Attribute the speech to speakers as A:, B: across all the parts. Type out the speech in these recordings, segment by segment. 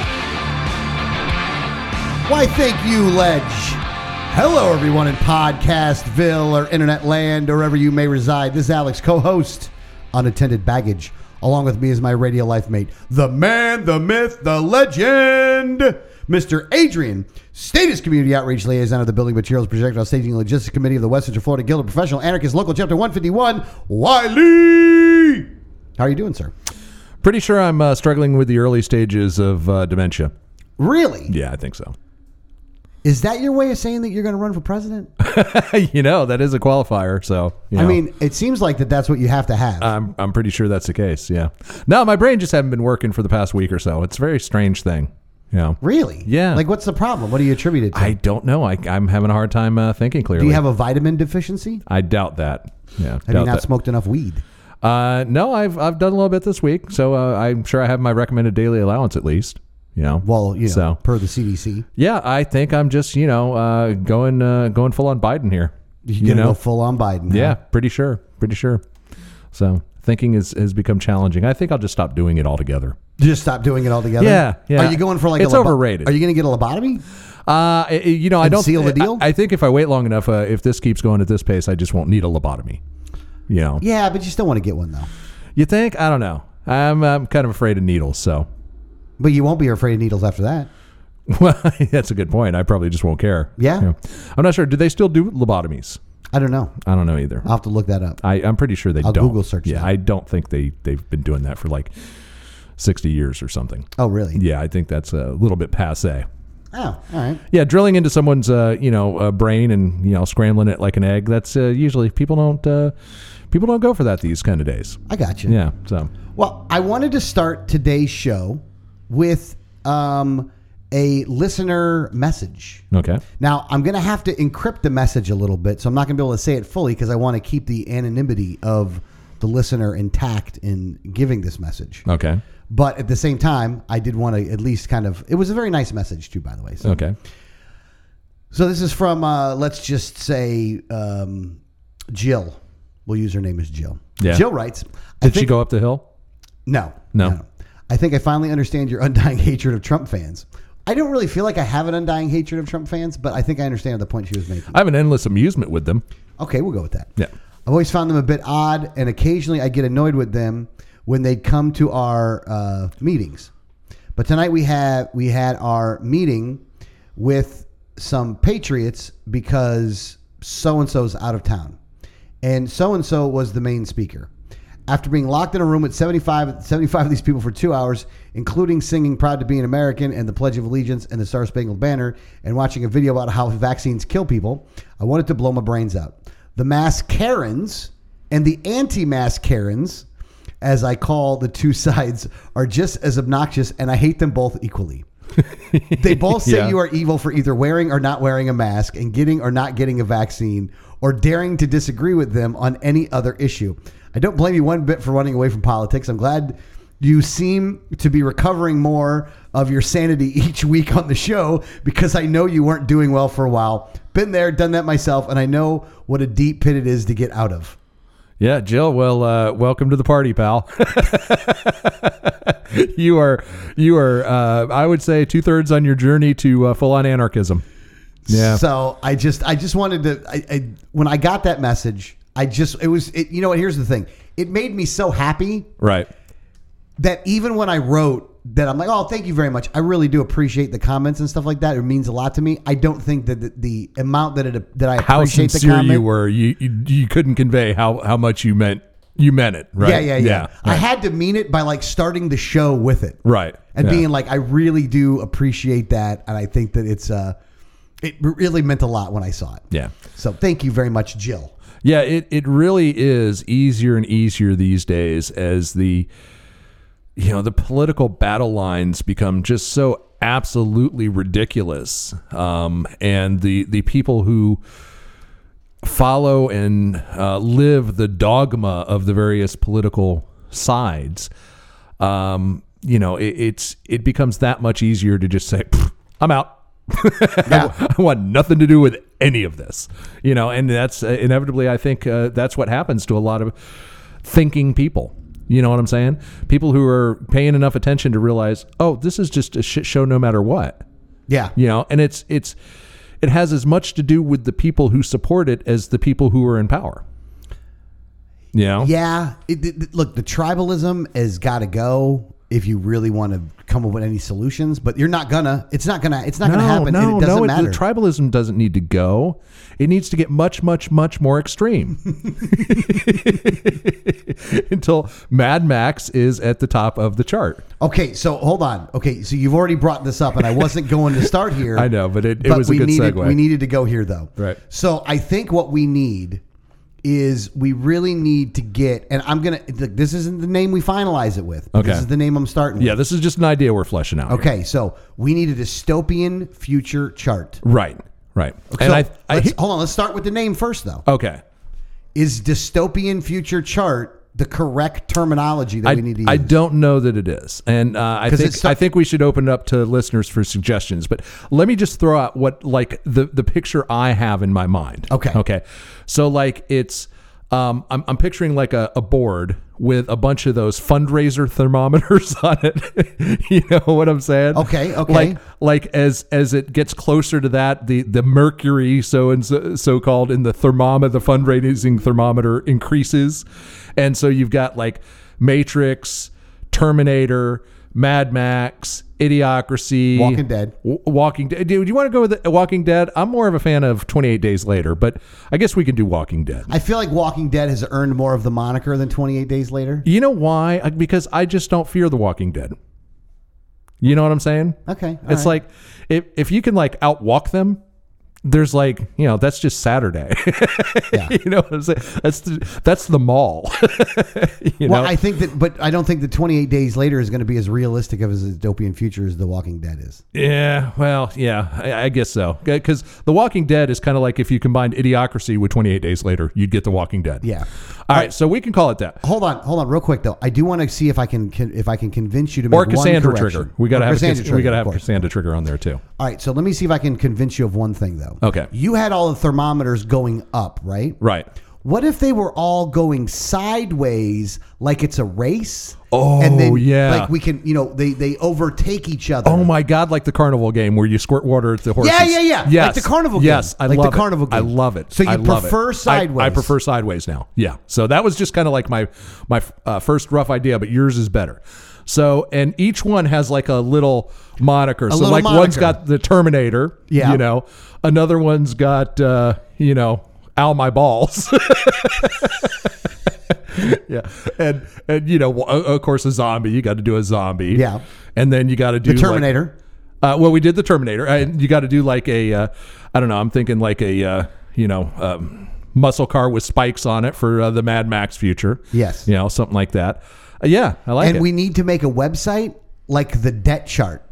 A: Why, thank you, Ledge. Hello, everyone in Podcastville or Internet Land, or wherever you may reside. This is Alex, co host, Unattended Baggage. Along with me is my radio life mate, the man, the myth, the legend, Mr. Adrian, Status Community Outreach Liaison of the Building Materials Projectile Staging and Logistics Committee of the West Central Florida Guild of Professional Anarchists, Local Chapter 151, Wiley. How are you doing, sir?
B: Pretty sure I'm uh, struggling with the early stages of uh, dementia.
A: Really?
B: Yeah, I think so.
A: Is that your way of saying that you're going to run for president?
B: you know, that is a qualifier. So, you
A: I
B: know,
A: mean, it seems like that that's what you have to have.
B: I'm I'm pretty sure that's the case. Yeah. No, my brain just haven't been working for the past week or so. It's a very strange thing. Yeah.
A: Really?
B: Yeah.
A: Like, what's the problem? What do you attribute it to?
B: I don't know. I, I'm having a hard time uh, thinking clearly.
A: do you have a vitamin deficiency?
B: I doubt that. Yeah.
A: Have you not smoked enough weed?
B: Uh, no, I've I've done a little bit this week, so uh, I'm sure I have my recommended daily allowance at least. You know.
A: Well, you know,
B: So.
A: per the CDC,
B: Yeah, I think I'm just you know uh, going uh, going full on Biden here.
A: you're
B: you
A: going to
B: know.
A: go full on Biden. huh?
B: Yeah, pretty sure. Pretty sure. So thinking is has become challenging. I think I'll just stop doing it altogether.
A: Just stop doing it altogether.
B: Yeah, yeah.
A: Are you going for like
B: It's
A: a lobo-
B: overrated.
A: Are you going to get a lobotomy?
B: Uh, I- I- you know, I
A: And
B: don't
A: seal the
B: I-
A: deal?
B: I, think if I wait long enough, uh, if this keeps going at this pace, I just won't need a lobotomy. You know,
A: Yeah, but you still want to get one though.
B: you think? I don't know. I'm I'm kind of afraid of needles, so
A: But you won't be afraid of needles after that.
B: well, that's a good point. I probably just won't care.
A: Yeah.
B: I'm not sure. Do they still do lobotomies?
A: I don't know.
B: I don't know either.
A: I'll have to look that up.
B: I, I'm pretty sure they
A: I'll
B: don't.
A: Google search
B: Yeah,
A: that.
B: I don't think they they've been doing that for like sixty years or something.
A: Oh, really?
B: Yeah, I think that's a little bit passe.
A: Oh, all right.
B: Yeah, drilling into someone's uh, you know uh, brain and you know scrambling it like an egg. That's uh, usually people don't uh, people don't go for that these kind of days.
A: I got you.
B: Yeah, so
A: Well, I wanted to start today's show with um, a listener message.
B: okay,
A: Now, I'm going to have to encrypt the message a little bit, so I'm not going to be able to say it fully because I want to keep the anonymity of the listener intact in giving this message.
B: okay,
A: But at the same time, I did want to at least kind of. It was a very nice message, too, by the way. So,
B: okay.
A: so this is from, uh, let's just say, um, Jill. We'll use her name as Jill.
B: Yeah.
A: Jill writes. I
B: Did she
A: think-
B: go up the hill?
A: No.
B: No.
A: I think I finally understand your undying hatred of Trump fans. I don't really feel like I have an undying hatred of Trump fans, but I think I understand the point she was making.
B: I have an endless amusement with them.
A: Okay, we'll go with that.
B: Yeah.
A: I've always found them a bit odd, and occasionally I get annoyed with them when they come to our uh, meetings. But tonight we have we had our meeting with some patriots because so and so's out of town, and so and so was the main speaker. After being locked in a room with 75, 75 of these people for two hours, including singing "Proud to Be an American" and the Pledge of Allegiance and the Star Spangled Banner, and watching a video about how vaccines kill people, I wanted to blow my brains out the mass Karens and the anti mass Karens, as I call the two sides, are just as obnoxious, and I hate them both equally. they both say
B: Yeah.
A: you are evil for either wearing or not wearing a mask and getting or not getting a vaccine or daring to disagree with them on any other issue. I don't blame you one bit for running away from politics. I'm glad you seem to be recovering more of your sanity each week on the show because I know you weren't doing well for a while. Been there, done that myself, and I know what a deep pit it is to get out of.
B: Yeah, Jill. Well, uh, welcome to the party, pal. you are you are uh, I would say two thirds on your journey to uh, full on anarchism. Yeah.
A: So I just I just wanted to I, I when I got that message, I just it was it, you know what here's the thing. It made me so happy
B: right.
A: that even when I wrote that I'm like, oh, thank you very much. I really do appreciate the comments and stuff like that. It means a lot to me. I don't think that the, the amount that it that I
B: how
A: appreciate the
B: sincere
A: comment.
B: you were. You, you you couldn't convey how how much you meant you meant it, right?
A: Yeah, yeah, yeah. I
B: right.
A: had to mean it by like starting the show with it,
B: Right,
A: And
B: yeah.
A: being like, I really do appreciate that, and I think that it's uh, it really meant a lot when I saw it.
B: Yeah.
A: So thank you very much, Jill.
B: Yeah, it, it really is easier and easier these days as the you know the political battle lines become just so absolutely ridiculous um, and the the people who follow and uh, live the dogma of the various political sides um, you know it, it's it becomes that much easier to just say "Pfft, i'm out I want nothing to do with any of this, you know. And that's uh, inevitably, I think, uh, that's what happens to a lot of thinking people. You know what I'm saying? People who are paying enough attention to realize, oh, this is just a shit show, no matter what.
A: Yeah.
B: You know, and it's it's it has as much to do with the people who support it as the people who are in power. You know?
A: Yeah. It, it- it- look, the tribalism has got to go if you really want to come up with any solutions, but you're not gonna. It's not gonna. It's not gonna happen. and it doesn't
B: it-
A: matter.
B: The tribalism doesn't need to go. It needs to get much, much, much more extreme until Mad Max is at the top of the chart.
A: okay. So hold on. Okay. So you've already brought this up, and I wasn't going to start here.
B: I know, but it, it
A: but
B: was a
A: we
B: good
A: needed
B: segue.
A: we needed to go here though.
B: Right.
A: So I think what we need is we really need to get and I'm gonna look, this isn't the name we finalize it with. but
B: Okay.
A: This is the name I'm starting
B: yeah,
A: with.
B: this is just an idea we're fleshing out. here.
A: Okay, so we need a dystopian future chart.
B: Right, right.
A: So
B: and I, I
A: let's- hold on, let's start with the name first though.
B: okay.
A: Is dystopian future chart the correct terminology that
B: I,
A: we need to use?
B: I don't know that it is, and uh, I
A: 'Cause
B: think
A: it's so-
B: I think we should open it up to listeners for suggestions. But let me just throw out what like the the picture I have in my mind.
A: Okay.
B: okay. So like it's um, I'm I'm picturing like a, a board with a bunch of those fundraiser thermometers on it. you know what I'm saying?
A: Okay, okay.
B: Like like as as it gets closer to that, the the mercury so and so, so called in the thermometer, the fundraising thermometer increases, and so you've got like Matrix, Terminator, Mad Max, Idiocracy,
A: Walking Dead.
B: W- Walking Dead. Dude, you want to go with the- Walking Dead? I'm more of a fan of 28 Days Later, but I guess we can do Walking Dead.
A: I feel like Walking Dead has earned more of the moniker than 28 Days Later.
B: You know why? I- Because I just don't fear the Walking Dead. You know what I'm saying?
A: Okay. all
B: it's
A: right.
B: like if if you can like outwalk them, there's like you know that's just Saturday.
A: Yeah.
B: you know what I'm saying? That's the, that's the mall. you
A: Well,
B: know?
A: I think that, but I don't think the 28 days later is going to be as realistic of a dystopian future as The Walking Dead is.
B: yeah. Well, yeah. I, I guess so. Because The Walking Dead is kind of like if you combined Idiocracy with 28 Days Later, you'd get The Walking Dead.
A: Yeah.
B: All right. So we can call it that.
A: Hold on, hold on, real quick though. I do want to see if I can, can if I can convince you to make
B: Or Cassandra
A: one correction.
B: Trigger. We gotta
A: Or
B: have a
A: Cassandra
B: Cass- we gotta
A: of
B: have
A: course.
B: Cassandra Trigger on there too.
A: All right, so let me see if I can convince you of one thing though.
B: Okay.
A: You had all the thermometers going up, right?
B: Right.
A: What if they were all going sideways, like it's a race?
B: Oh,
A: and then,
B: yeah.
A: Like we can, you know, they they overtake each other.
B: Oh my God! Like the carnival game where you squirt water at the horses.
A: yeah, yeah.
B: Yes.
A: Like the carnival game.
B: Yes, I
A: Like the
B: love it.
A: carnival game.
B: I love it.
A: So you
B: I love it.
A: prefer
B: I- I,
A: sideways.
B: prefer sideways now. Yeah. So that was just kind of like my my uh, first rough idea, but yours is better. So and each one has like a little moniker. so
A: little
B: like one's
A: moniker.
B: got the Terminator.
A: Yeah.
B: You know, another one's got uh, you know, ow my balls. yeah, and and you know, o- of course, a zombie. You got to do a zombie.
A: Yeah.
B: And then you got to do
A: the
B: like-
A: Terminator.
B: uh, well, we did the Terminator, and you got to do like a, uh, I don't know. I'm thinking like a, uh, you know, um, muscle car with spikes on it for uh, the Mad Max future.
A: Yes.
B: you know, something like that. Uh, yeah, I like
A: and
B: it.
A: we need to make a website like the debt chart.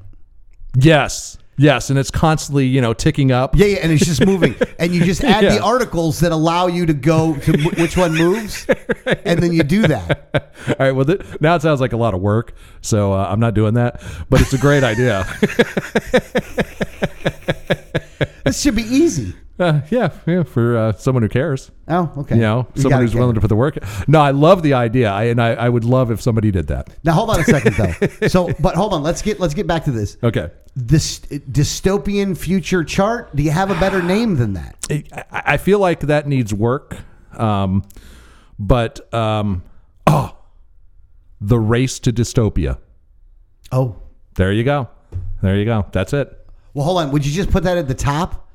B: yes, yes, and it's constantly you know ticking up.
A: Yeah, yeah, and it's just moving, and you just add the
B: Yeah.
A: articles that allow you to go to w- which one moves, and then you do that.
B: All right. Well, th- now it sounds like a lot of work, so uh, I'm not doing that. But it's a great idea.
A: This should be easy.
B: Uh, yeah, yeah, for uh, someone who cares.
A: Oh, okay.
B: You know,
A: You
B: someone
A: gotta
B: who's
A: get
B: willing
A: it.
B: to put the work. No, I love the idea, I, and I, I would love if somebody did that.
A: Now hold on a second though. So, but hold on. Let's get let's get back to this.
B: Okay.
A: This dystopian future chart. Do you have a better name than that?
B: I, I feel like that needs work. Um, but um, oh, the race to dystopia.
A: Oh,
B: There you go. There you go. That's it.
A: well, hold on. Would you just put that at the top?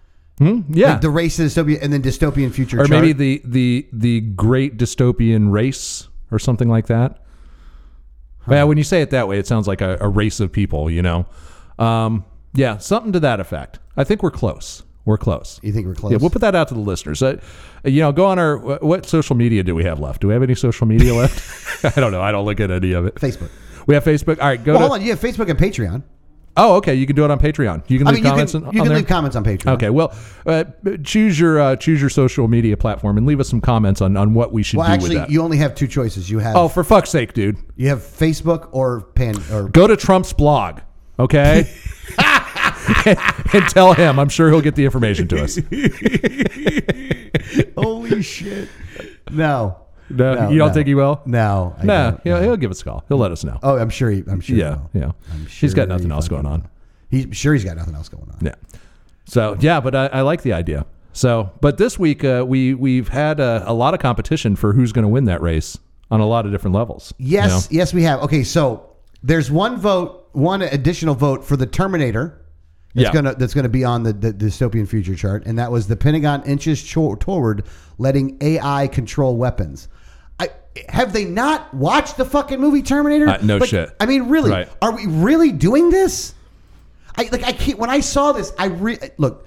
B: Yeah.
A: The race to dystopia, and then dystopian future.
B: or
A: chart?
B: maybe the the the great dystopian race or something like that. Yeah, when you say it that way, it sounds like a, a race of people. You know. Um, yeah, something to that effect. I think we're close. We're close.
A: you think we're close.
B: Yeah, we'll put that out to the listeners. Uh, you know, go on our uh, wh- what social media do we have left? Do we have any social media left? I don't know. I don't look at any of it.
A: Facebook.
B: We have Facebook. All right, go
A: Well,
B: to.
A: hold on. You have Facebook and Patreon.
B: Oh, okay. You can do it on Patreon. You can leave
A: I mean, you
B: comments
A: can,
B: on,
A: you
B: on
A: can
B: there.
A: leave comments on Patreon.
B: Okay, well, uh, choose your uh, choose your social media platform and leave us some comments on, on what we should
A: Well,
B: do
A: actually,
B: with that.
A: you only have two choices. You have
B: oh, for fuck's sake, dude!
A: you have Facebook or Pan or
B: Go to Trump's blog, okay, and tell him. I'm sure he'll get the information to us.
A: Holy shit! No,
B: No, Uh, you don't think he will?
A: No, I
B: No,
A: don't.
B: he'll, he'll give us a call. He'll let us know.
A: Oh, I'm sure. He, I'm sure.
B: yeah,
A: he
B: yeah.
A: will.
B: He's
A: sure
B: got nothing
A: he
B: else going on.
A: He's sure he's got nothing else going on.
B: Yeah. So yeah, but I, I like the idea. So, but this week uh, we we've had a, a lot of competition for who's going to win that race on a lot of different levels. you
A: Yes,
B: know?
A: yes, we have. Okay, so there's one vote, one additional vote for the Terminator. That's
B: Yeah.
A: gonna that's gonna be on the, the dystopian future chart, and that was the Pentagon inches cho- toward letting AI control weapons. I, have they not watched the fucking movie Terminator?
B: Uh, no
A: Like,
B: shit.
A: I mean, really,
B: Right.
A: are we really doing this? I like I can't. When I saw this, I re- look.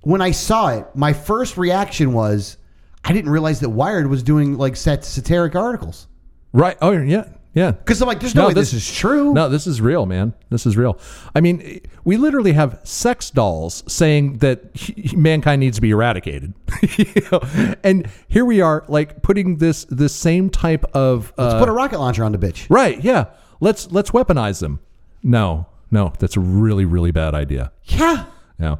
A: When I saw it, my first reaction was, I didn't realize that Wired was doing like sat- satiric articles.
B: Right. Oh yeah. Yeah.
A: Because I'm like, there's no, way this, is true.
B: No, this is real, man. This is real. I mean, we literally have sex dolls saying that h- mankind needs to be eradicated. You know? And here we are, like putting this this same type of uh,
A: Let's put a rocket launcher on the bitch.
B: right. Yeah. Let's let's weaponize them. No, no, that's a really really bad idea.
A: Yeah.
B: No,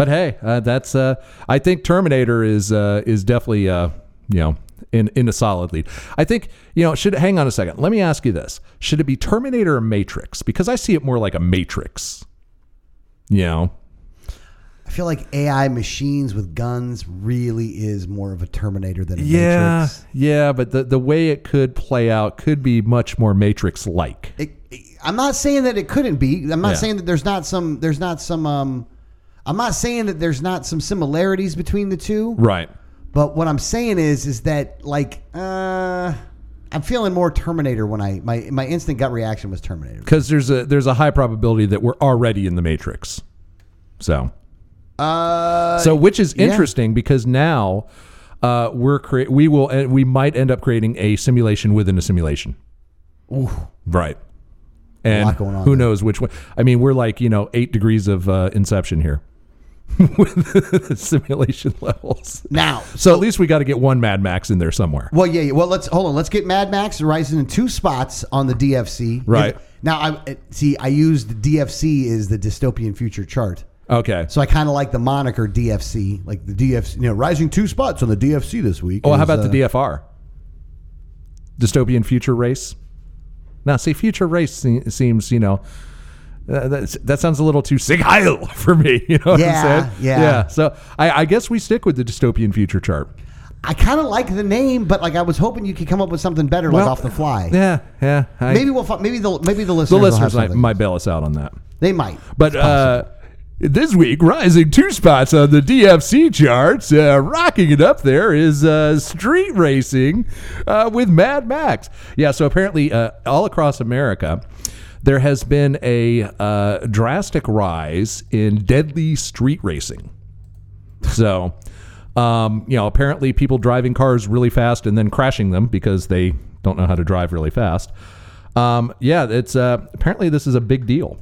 B: but hey, uh, that's uh, I think Terminator is uh, is definitely uh, you know in in a solid lead. I think you know should hang on a second. Let me ask you this: Should it be Terminator or Matrix? Because I see it more like a Matrix. You know,
A: I feel like AI machines with guns really is more of a Terminator than a
B: yeah,
A: Matrix.
B: yeah, but the the way it could play out could be much more Matrix like.
A: It, it- I'm not saying that it couldn't be. I'm not
B: Yeah.
A: saying that there's not some. There's not some. Um, I'm not saying that there's not some similarities between the two.
B: Right.
A: But what I'm saying is, is that like, uh, I'm feeling more Terminator when I my my instant gut reaction was Terminator.
B: Because there's a there's a high probability that we're already in the Matrix. So
A: Uh,
B: So, which is
A: yeah.
B: interesting because now uh, we're crea- we will uh, we might end up creating a simulation within a simulation. Right. And
A: lot going on
B: who
A: there.
B: knows which one? I mean, we're like you know eight degrees of uh, inception here with the simulation levels.
A: now,
B: So at least we got to get one Mad Max in there somewhere.
A: Well, yeah, yeah. Well, let's hold on. Let's get Mad Max rising in two spots on the DFC.
B: Right.
A: If- now, I uh, see. I used DFC is the dystopian future chart,
B: Okay.
A: so I kind of like the moniker DFC, like the DFC. You know, rising two spots on the DFC this week.
B: well,
A: is,
B: Oh, how about
A: uh,
B: the DFR? Dystopian future race. Now, see, future race se- seems you know. Uh, that, that sounds a little too sig heil for me. You know what
A: Yeah,
B: I'm saying?
A: yeah.
B: So I, I guess we stick with the dystopian future chart.
A: uh, I kind of like the name, but like I was hoping you could come up with something better,
B: Well,
A: like off the fly.
B: Yeah, yeah. I,
A: Maybe we'll. fi- Maybe the maybe the
B: the
A: listeners. will have
B: listeners might,
A: something.
B: might bail us out on that.
A: They might.
B: But uh, this week, rising two spots on the DFC charts, uh, rocking it up there is uh, street racing uh, with Mad Max. Yeah, so apparently, uh, all across America, there has been a uh, drastic rise in deadly street racing. So, um, you know, apparently people driving cars really fast and then crashing them because they don't know how to drive really fast. Um, yeah, it's uh, apparently this is a big deal.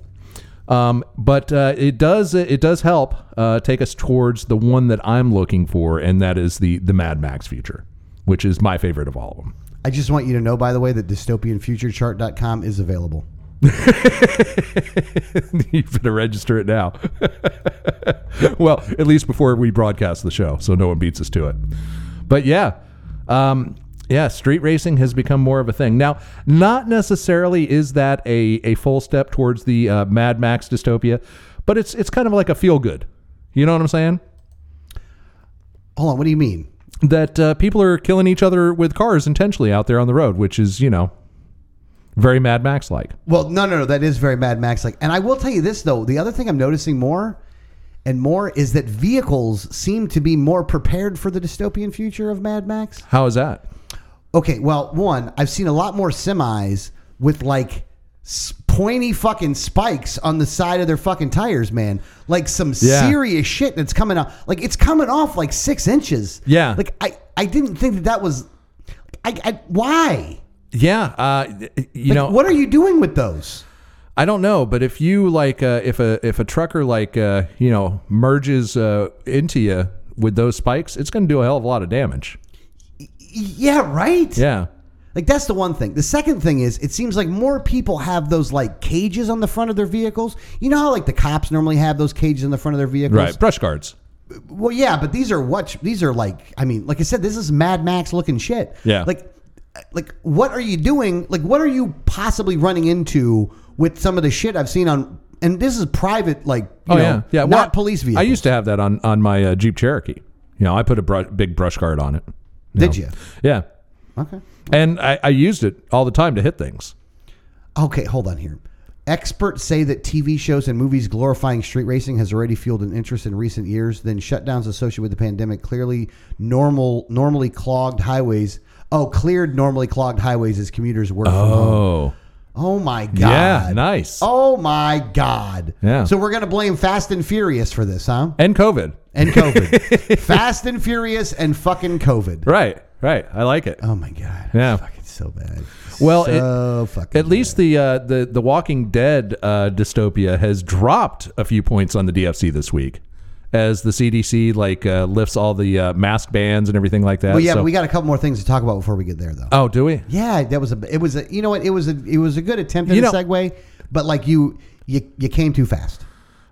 B: Um, but uh, it does it does help uh, take us towards the one that I'm looking for, and that is the the Mad Max future, which is my favorite of all of them.
A: I just want you to know, by the way, that dystopianfuturechart.com is available.
B: you better register it now. well, at least before we broadcast the show, so no one beats us to it. But yeah, um, yeah, street racing has become more of a thing now. Not necessarily is that a a full step towards the uh, Mad Max dystopia, but it's it's kind of like a feel good. You know what I'm saying?
A: Hold on. What do you mean?
B: That uh, people are killing each other with cars intentionally out there on the road, which is you know very Mad Max like.
A: Well, no, no, no. That is very Mad Max like. And I will tell you this though. The other thing I'm noticing more and more is that vehicles seem to be more prepared for the dystopian future of Mad Max.
B: How is that?
A: Okay, well, one, I've seen a lot more semis with like s- pointy fucking spikes on the side of their fucking tires, man. Like some
B: Yeah.
A: serious shit that's coming off. Like it's coming off like six inches.
B: Yeah.
A: Like I, I didn't think that that was. I, I why.
B: yeah, uh,
A: Like,
B: you know,
A: what are you doing with those?
B: I don't know, but if you like, uh, if a if a trucker like uh, you know merges uh, into you with those spikes, it's going to do a hell of a lot of damage.
A: Yeah, right.
B: Yeah,
A: Like that's the one thing. The second thing is it seems like more people have those like cages on the front of their vehicles. You know how like the cops normally have those cages on the front of their vehicles?
B: right. Brush guards.
A: Well, yeah, but these are what these are like. I mean, like I said, this is Mad Max looking shit.
B: Yeah.
A: Like, like what are you doing? Like, what are you possibly running into with some of the shit I've seen on? And this is private, like you
B: Oh
A: know,
B: yeah, yeah.
A: not
B: well,
A: police
B: I
A: vehicles.
B: used to have that on on my uh, Jeep Cherokee. You know, I put a bru- big brush guard on it.
A: Did
B: know.
A: you?
B: Yeah,
A: Okay.
B: and I, I used it all the time to hit things.
A: Okay, hold on here. Experts say that TV shows and movies glorifying street racing has already fueled an interest in recent years. Then shutdowns associated with the pandemic clearly normal normally clogged highways. Oh, cleared normally clogged highways as commuters work from home.
B: Oh,
A: Oh my god.
B: yeah, nice.
A: Oh my god.
B: Yeah.
A: So we're gonna blame Fast and Furious for this, huh?
B: And COVID.
A: And COVID. Fast and Furious and fucking COVID.
B: Right, right. I like it.
A: Oh my god.
B: Yeah.
A: Fucking so bad.
B: Well, it-
A: so fucking
B: At least the uh, the the Walking Dead uh, dystopia has dropped a few points on the DFC this week, as the CDC like uh, lifts all the uh, mask bans and everything like that.
A: Well, yeah,
B: So-
A: but we got a couple more things to talk about before we get there, though.
B: oh, do we?
A: Yeah, that was a. It was a. You know what? It was a. It was a good attempt at
B: You
A: a
B: know-
A: segue, but like you, you, you came too fast.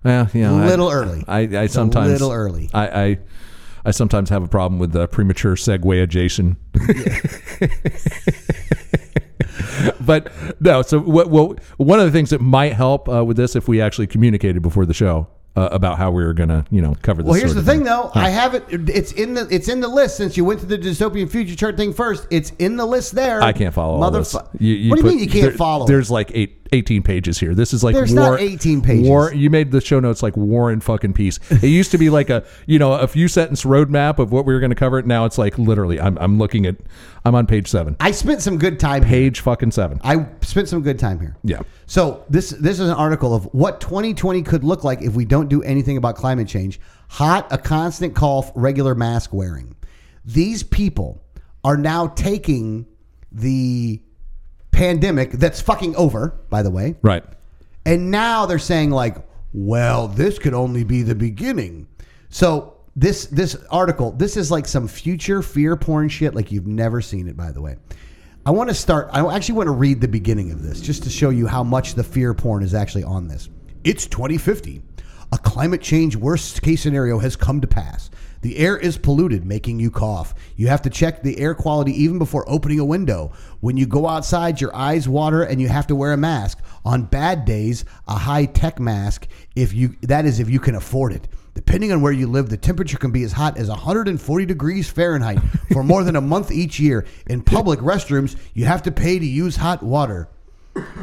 B: Yeah, yeah. I-
A: little early.
B: I, I
A: It's a
B: sometimes
A: little early.
B: I, I I sometimes have a problem with uh, premature segue adjacent. but no, so what, well, one of the things that might help uh, with this if we actually communicated before the show uh, about how we were gonna you know cover this.
A: Well, here's
B: sort
A: the
B: of
A: thing, though. I have it. It's in the. It's in the list since you went to the dystopian future chart thing first. It's in the list there.
B: I can't follow all this.
A: Motherfu- what do you
B: put-
A: mean you can't
B: there-
A: follow? it?
B: There's like eight, 18 pages here. This is like
A: There's
B: war,
A: not 18 pages.
B: War, you made the show notes like war and fucking peace. It used to be like a you know a few sentence roadmap of what we were going to cover. Now it's like literally. I'm I'm looking at. I'm on page seven.
A: I spent some good time. here.
B: Page fucking seven.
A: I spent some good time here.
B: Yeah.
A: So this this is an article of what 2020 could look like if we don't do anything about climate change. Hot, a constant cough, regular mask wearing. These people are now taking the pandemic that's fucking over, by the way,
B: Right.
A: and now they're saying like, well, this could only be the beginning. So this this article, this is like some future fear porn shit like you've never seen it by the way. I want to start I actually want to read the beginning of this just to show you how much the fear porn is actually on this. It's 2050. A climate change worst case scenario has come to pass. The air is polluted, making you cough. You have to check the air quality even before opening a window. When you go outside, your eyes water and you have to wear a mask. On bad days, a high-tech mask if you that is if you can afford it. Depending on where you live, the temperature can be as hot as 140 degrees Fahrenheit for more than a month each year. In public restrooms, you have to pay to use hot water.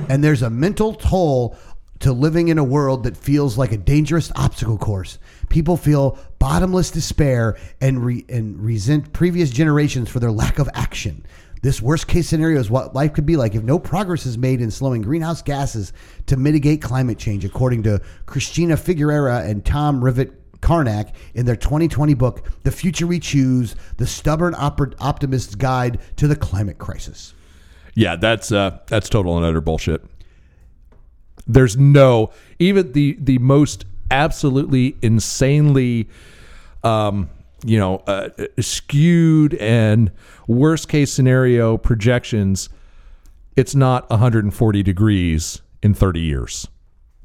A: And there's a mental toll to living in a world that feels like a dangerous obstacle course. People feel bottomless despair and re- and resent previous generations for their lack of action. This worst case scenario is what life could be like if no progress is made in slowing greenhouse gases to mitigate climate change, according to Christina Figuerera and Tom Rivet Karnak in their 2020 book, The Future We Choose The Stubborn Oper- Optimist's Guide to the Climate Crisis.
B: Yeah, that's uh, that's total and utter bullshit. There's no even the the most absolutely insanely, um, you know, uh, skewed and worst case scenario projections. It's not 140 degrees in 30 years.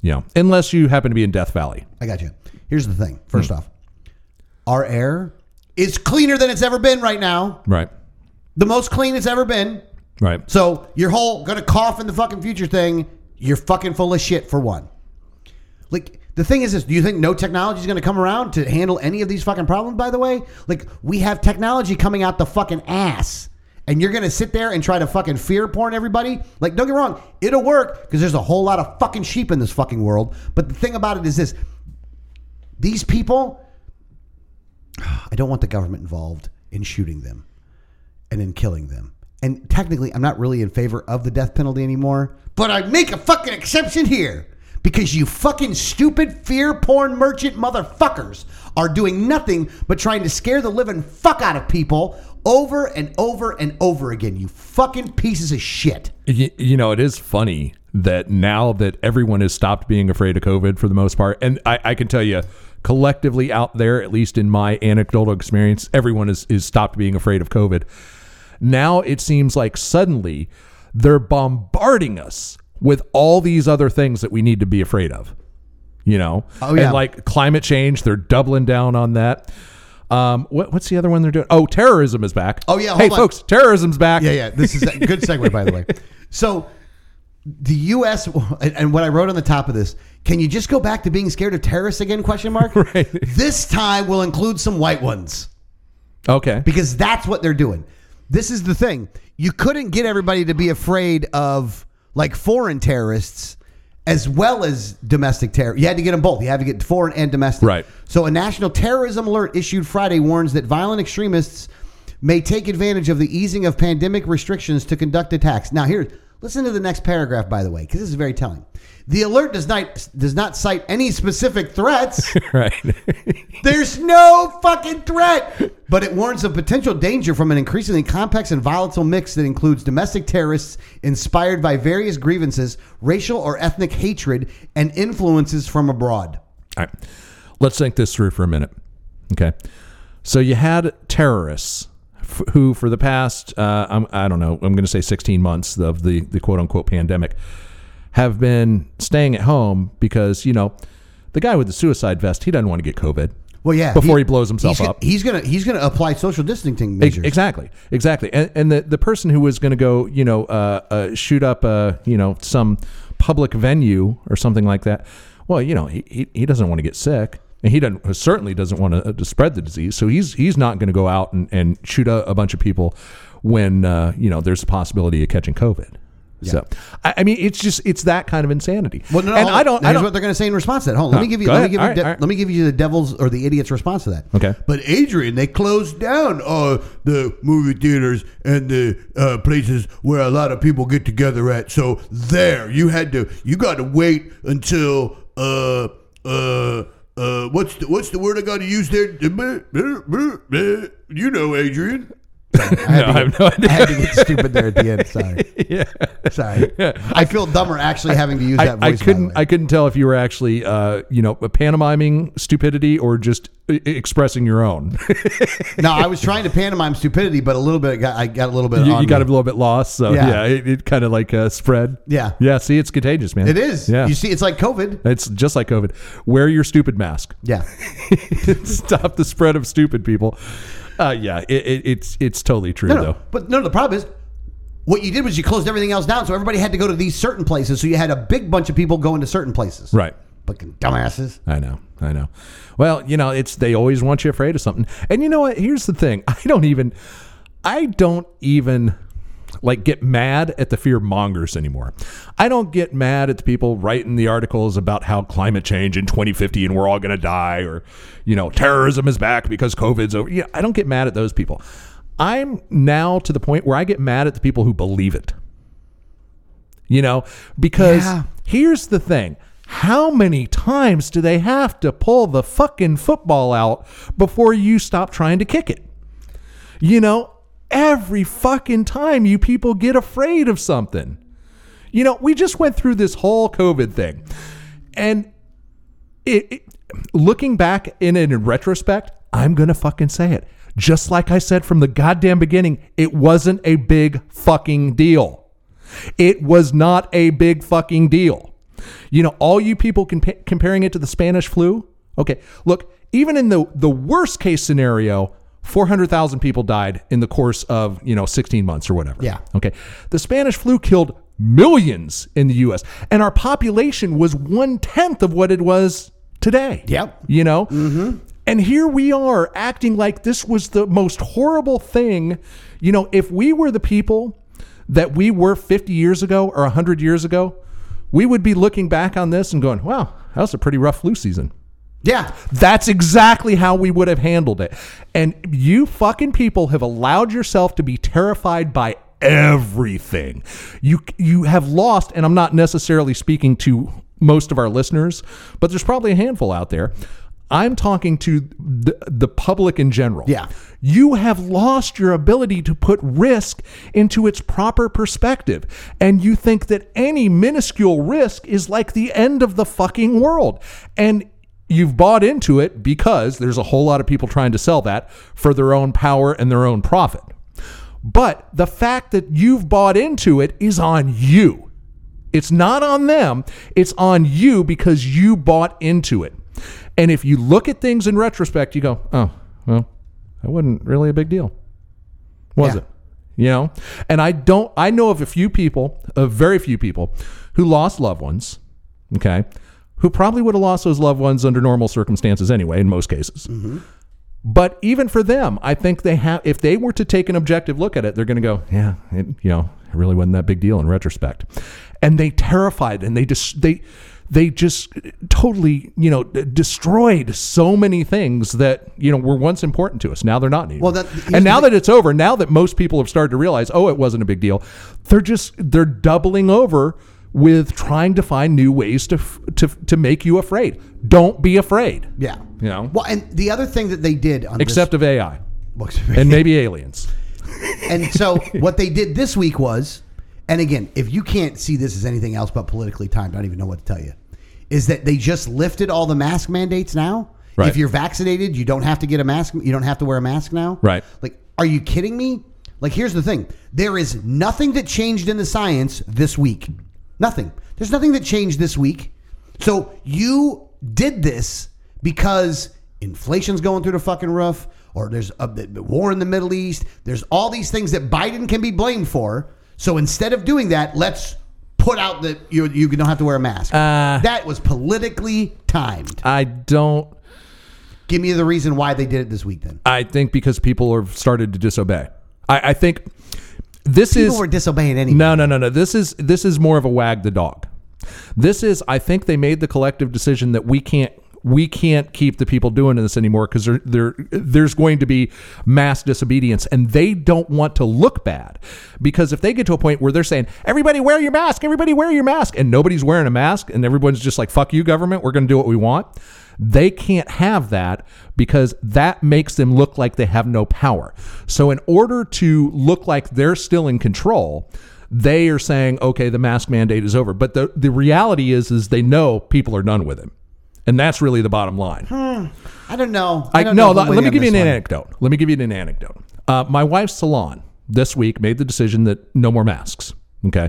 B: You know, unless you happen to be in Death Valley.
A: I got you. Here's the thing. First off, our air is cleaner than it's ever been right now.
B: Right.
A: The most clean it's ever been.
B: Right.
A: So your whole gonna cough in the fucking future thing, you're fucking full of shit for one. Like the thing is this, do you think no technology is gonna come around to handle any of these fucking problems, by the way? Like we have technology coming out the fucking ass. And you're gonna sit there and try to fucking fear porn everybody? Like, don't get me wrong, it'll work because there's a whole lot of fucking sheep in this fucking world. But the thing about it is this these people, I don't want the government involved in shooting them and in killing them. And technically, I'm not really in favor of the death penalty anymore, but I make a fucking exception here because you fucking stupid fear porn merchant motherfuckers are doing nothing but trying to scare the living fuck out of people over and over and over again. You fucking pieces of shit.
B: you, you know, it is funny that now that everyone has stopped being afraid of COVID for the most part, and I, I can tell you collectively out there, at least in my anecdotal experience, everyone is, is stopped being afraid of COVID. Now it seems like suddenly they're bombarding us with all these other things that we need to be afraid of. You know,
A: Oh, yeah.
B: and like climate change, they're doubling down on that. Um, what, what's the other one they're doing? Oh, terrorism is back.
A: Oh, yeah,
B: hey
A: hold on.
B: folks, terrorism's back.
A: Yeah, yeah. This is a good segue, by the way. So, the U.S. and and what I wrote on the top of this: Can you just go back to being scared of terrorists again? Question mark.
B: Right.
A: This time we'll include some white ones
B: Okay.
A: because that's what they're doing. This is the thing: you couldn't get everybody to be afraid of like foreign terrorists as well as domestic terror. You had to get them both. You had to get foreign and domestic.
B: Right.
A: So, a national terrorism alert issued Friday warns that violent extremists may take advantage of the easing of pandemic restrictions to conduct attacks. Now, here, listen to the next paragraph, by the way, because this is very telling. The alert does not does not cite any specific threats.
B: right.
A: There's no fucking threat. But it warns of potential danger from an increasingly complex and volatile mix that includes domestic terrorists inspired by various grievances, racial or ethnic hatred, and influences from abroad.
B: All right. Let's think this through for a minute. Okay. So you had terrorists f- who, for the past, uh, I'm, I don't know, I'm going to say 16 months of the, the quote unquote pandemic, have been staying at home because, you know, the guy with the suicide vest, he doesn't want to get COVID.
A: Well, yeah.
B: Before he blows himself
A: he's gonna-
B: up.
A: he's gonna he's gonna apply social distancing
B: Ex-
A: measures.
B: Exactly, exactly. And, and the, the person who was going to go, you know, uh, uh, shoot up, uh, you know, some public venue or something like that. Well, you know, he, he, he doesn't want to get sick. And he doesn't, certainly doesn't want to, to spread the disease. So he's he's not going to go out and, and shoot a, a bunch of people when, uh, you know, there's a possibility of catching COVID. So, I, I mean, it's just, it's that kind of insanity.
A: Well, no, no,
B: and
A: hold on.
B: I don't, I
A: Here's
B: don't,
A: what they're going to say in response to that. Hold on. Let
B: No,
A: me give you.
B: go
A: Let me
B: ahead.
A: give
B: All
A: you.
B: right,
A: de-
B: all right.
A: Let me give you the devil's or the idiot's response to that.
B: Okay.
A: But Adrian, they closed down uh, the movie theaters and the uh, places where a lot of people get together at. So there, you had to. You got to wait until. Uh, uh, uh, what's the what's the word I got to use there? You know, Adrian.
B: no, I have no idea.
A: I had to get stupid there at the end. Sorry. Sorry. I feel dumber actually having to use
B: I,
A: that voice.
B: I
A: by the
B: couldn't.
A: way.
B: I couldn't tell if you were actually, uh, you know, pantomiming stupidity or just i- i- expressing your own.
A: No, I was trying to pantomime stupidity, but a little bit got, I got a little bit.
B: you,
A: on
B: you got a
A: me.
B: little bit lost. So
A: Yeah.
B: yeah, it, it kind of like uh, spread.
A: Yeah.
B: yeah. See, it's contagious, man.
A: It is.
B: Yeah,
A: You see, it's like COVID.
B: it's just like COVID. Wear your stupid mask.
A: Yeah.
B: Stop the spread of stupid people. Uh, yeah, it, it, it's it's totally true
A: No, no.
B: though.
A: But no, the problem is, what you did was you closed everything else down, so everybody had to go to these certain places. So you had a big bunch of people going to certain places.
B: Right.
A: Fucking dumbasses.
B: I know. I know. Well, you know, it's they always want you afraid of something. And you know what? Here's the thing. I don't even I don't even like get mad at the fear mongers anymore. I don't get mad at the people writing the articles about how climate change in 2050 and we're all going to die or you know, terrorism is back because COVID's over. Yeah, I don't get mad at those people. I'm now to the point where I get mad at the people who believe it. You know, because
A: Yeah.
B: here's the thing. How many times do they have to pull the fucking football out before you stop trying to kick it? You know, every fucking time you people get afraid of something. You know, we just went through this whole COVID thing. And it, it- looking back in it in retrospect, I'm gonna fucking say it. Just like I said from the goddamn beginning, it wasn't a big fucking deal. It was not a big fucking deal. You know, all you people compa- comparing it to the Spanish flu. Okay, look, even in the the worst case scenario, four hundred thousand people died in the course of you know sixteen months or whatever.
A: Yeah.
B: Okay. The Spanish flu killed millions in the U.S. and our population was one tenth of what it was today.
A: Yep.
B: You know. Mm-hmm. And here we are acting like this was the most horrible thing. You know, if we were the people that we were 50 years ago or 100 years ago, we would be looking back on this and going, wow, that was a pretty rough flu season.
A: Yeah.
B: That's exactly how we would have handled it. And you fucking people have allowed yourself to be terrified by everything. You you have lost and I'm not necessarily speaking to most of our listeners, but there's probably a handful out there. I'm talking to the, the public in general.
A: Yeah.
B: You have lost your ability to put risk into its proper perspective. And you think that any minuscule risk is like the end of the fucking world. And you've bought into it because there's a whole lot of people trying to sell that for their own power and their own profit. But the fact that you've bought into it is on you. It's not on them, it's on you because you bought into it. And if you look at things in retrospect, you go, oh, well, that wasn't really a big deal. Was
A: Yeah.
B: it? You know? And I don't, I know of a few people, of very few people, who lost loved ones, okay, who probably would have lost those loved ones under normal circumstances anyway, in most cases. But even for them, I think they have. If they were to take an objective look at it, they're going to go, "Yeah, it, you know, it really wasn't that big deal in retrospect." And they terrified, and they just they they just totally you know d- destroyed so many things that you know were once important to us. Now they're not anymore.
A: Well, that- here's
B: and now
A: the-
B: that it's over, now that most people have started to realize, oh, it wasn't a big deal, they're just they're doubling over with trying to find new ways to f- to to make you afraid. Don't be afraid.
A: Yeah.
B: You know,
A: Well, and the other thing that they did on
B: except of AI
A: this,
B: and maybe aliens.
A: and so what they did this week was, and again, if you can't see this as anything else but politically timed, I don't even know what to tell you, is that they just lifted all the mask mandates now.
B: Right.
A: If you're vaccinated, you don't have to get a mask. You don't have to wear a mask now.
B: Right.
A: Like, are you kidding me? Like, here's the thing: there is nothing that changed in the science this week. Nothing. There's nothing that changed this week. So you did this because inflation's going through the fucking roof, or there's a the- the war in the Middle East. There's all these things that Biden can be blamed for. So instead of doing that, let's put out the you you don't have to wear a mask.
B: Uh.
A: that was politically timed.
B: I don't.
A: Give me the reason why they did it this week. Then
B: I think because people have started to disobey. I, I think this
A: people
B: is
A: were disobeying anyway.
B: no, no, no, no. This is this is more of a wag the dog. This is. I think they made the collective decision that we can't we can't keep the people doing this anymore because there there there's going to be mass disobedience and they don't want to look bad because if they get to a point where they're saying everybody wear your mask everybody wear your mask and nobody's wearing a mask and everyone's just like fuck you government we're going to do what we want they can't have that because that makes them look like they have no power so in order to look like they're still in control they are saying okay the mask mandate is over but the, the reality is is they know people are done with it and that's really the bottom line
A: I don't know.
B: I,
A: don't
B: no,
A: if I'm
B: let, let
A: with
B: me
A: on
B: give you an
A: this one.
B: anecdote. Let me give you an anecdote. Uh, my wife's salon this week made the decision that no more masks. Okay,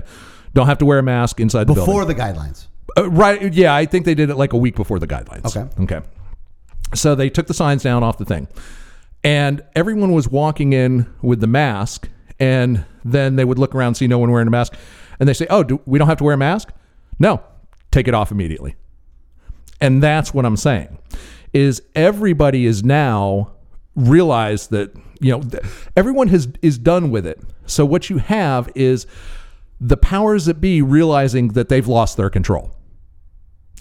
B: don't have to wear a mask inside the building.
A: Before the guidelines.
B: Uh, right? Yeah, I think they did it like a week before the guidelines.
A: Okay.
B: Okay. So they took the signs down off the thing, and everyone was walking in with the mask, and then they would look around, see no one wearing a mask, and they say, "Oh, do, we don't have to wear a mask? No, take it off immediately." And that's what I'm saying is everybody is now realized that you know th- everyone has is done with it. So what you have is the powers that be realizing that they've lost their control.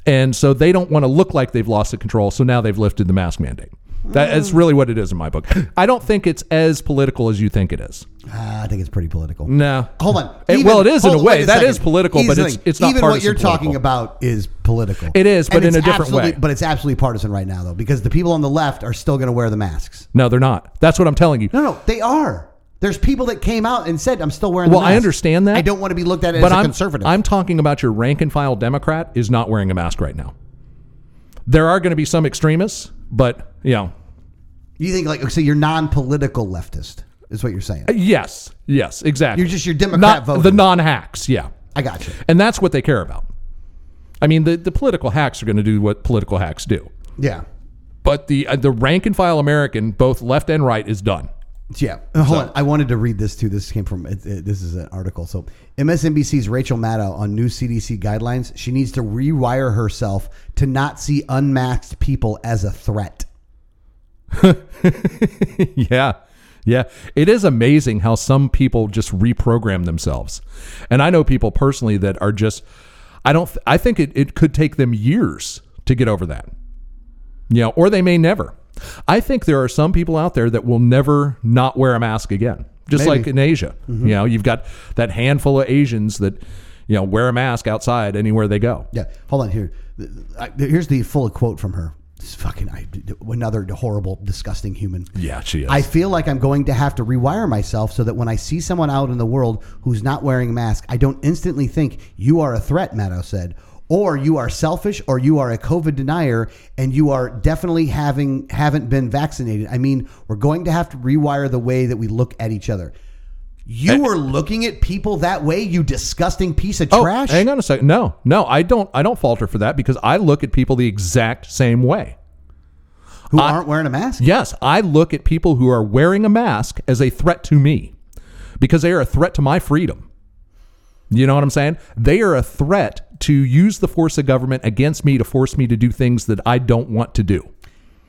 B: And so they don't want to look like they've lost the control, so now they've lifted the mask mandate. That
A: Mm.
B: is really what it is in my book. I don't think it's as political as you think it is.
A: Ah, I think it's pretty political.
B: No.
A: Hold on.
B: Mm. It- well, it is in
A: hold-
B: a way.
A: wait
B: That
A: second.
B: is political,
A: Here's
B: but
A: the
B: it's-
A: thing.
B: it's not
A: even what
B: partisan
A: you're talking
B: political.
A: about is political.
B: It is, but
A: And
B: in
A: it's
B: a different
A: absolutely-
B: way.
A: But it's absolutely partisan right now, though, because the people on the left are still going to wear the masks.
B: No, they're not. That's what I'm telling you.
A: No, no, they are. There's people that came out and said, "I'm still wearing."
B: Well,
A: the
B: I
A: mask.
B: understand that.
A: I don't want to be looked at as
B: but
A: a
B: I'm
A: conservative.
B: I'm talking about your rank and file Democrat is not wearing a mask right now. There are going to be some extremists, but you know,
A: you think like so you're non-political leftist is what you're saying.
B: yes, yes, exactly.
A: You're just your Democrat
B: not
A: voter.
B: the non-hacks. Yeah,
A: I got you.
B: and that's what they care about. I mean, the, the political hacks are going to do what political hacks do.
A: Yeah,
B: but the uh, the rank and file American, both left and right, is done.
A: Yeah. Uh, Hold on. I wanted to read this too. This came from, it, it- this is an article. So MSNBC's Rachel Maddow on new CDC guidelines. She needs to rewire herself to not see unmasked people as a threat.
B: yeah, yeah. It is amazing how some people just reprogram themselves, and I know people personally that are just. I don't. I think it, it could take them years to get over that. You know, or they may never. I think there are some people out there that will never not wear a mask again. Just
A: Maybe.
B: Mm-hmm. like in Asia, you know, you've got that handful of Asians that, you know, wear a mask outside anywhere they go.
A: Yeah, hold on here. Th- I- Here's the full quote from her. This fucking I, another horrible, disgusting human.
B: Yeah, she is.
A: I feel like I'm going to have to rewire myself so that when I see someone out in the world who's not wearing a mask, I don't instantly think you are a threat, Meadow said, or you are selfish or you are a COVID denier and you are definitely having haven't been vaccinated. I mean, we're going to have to rewire the way that we look at each other. You were looking at people that way, you disgusting piece of
B: Oh,
A: trash.
B: Hang on a second. No, no, I don't. I don't falter for that because I look at people the exact same way.
A: who aren't wearing a mask?
B: Yes, I look at people who are wearing a mask as a threat to me because they are a threat to my freedom. You know what I'm saying? They are a threat to use the force of government against me to force me to do things that I don't want to do.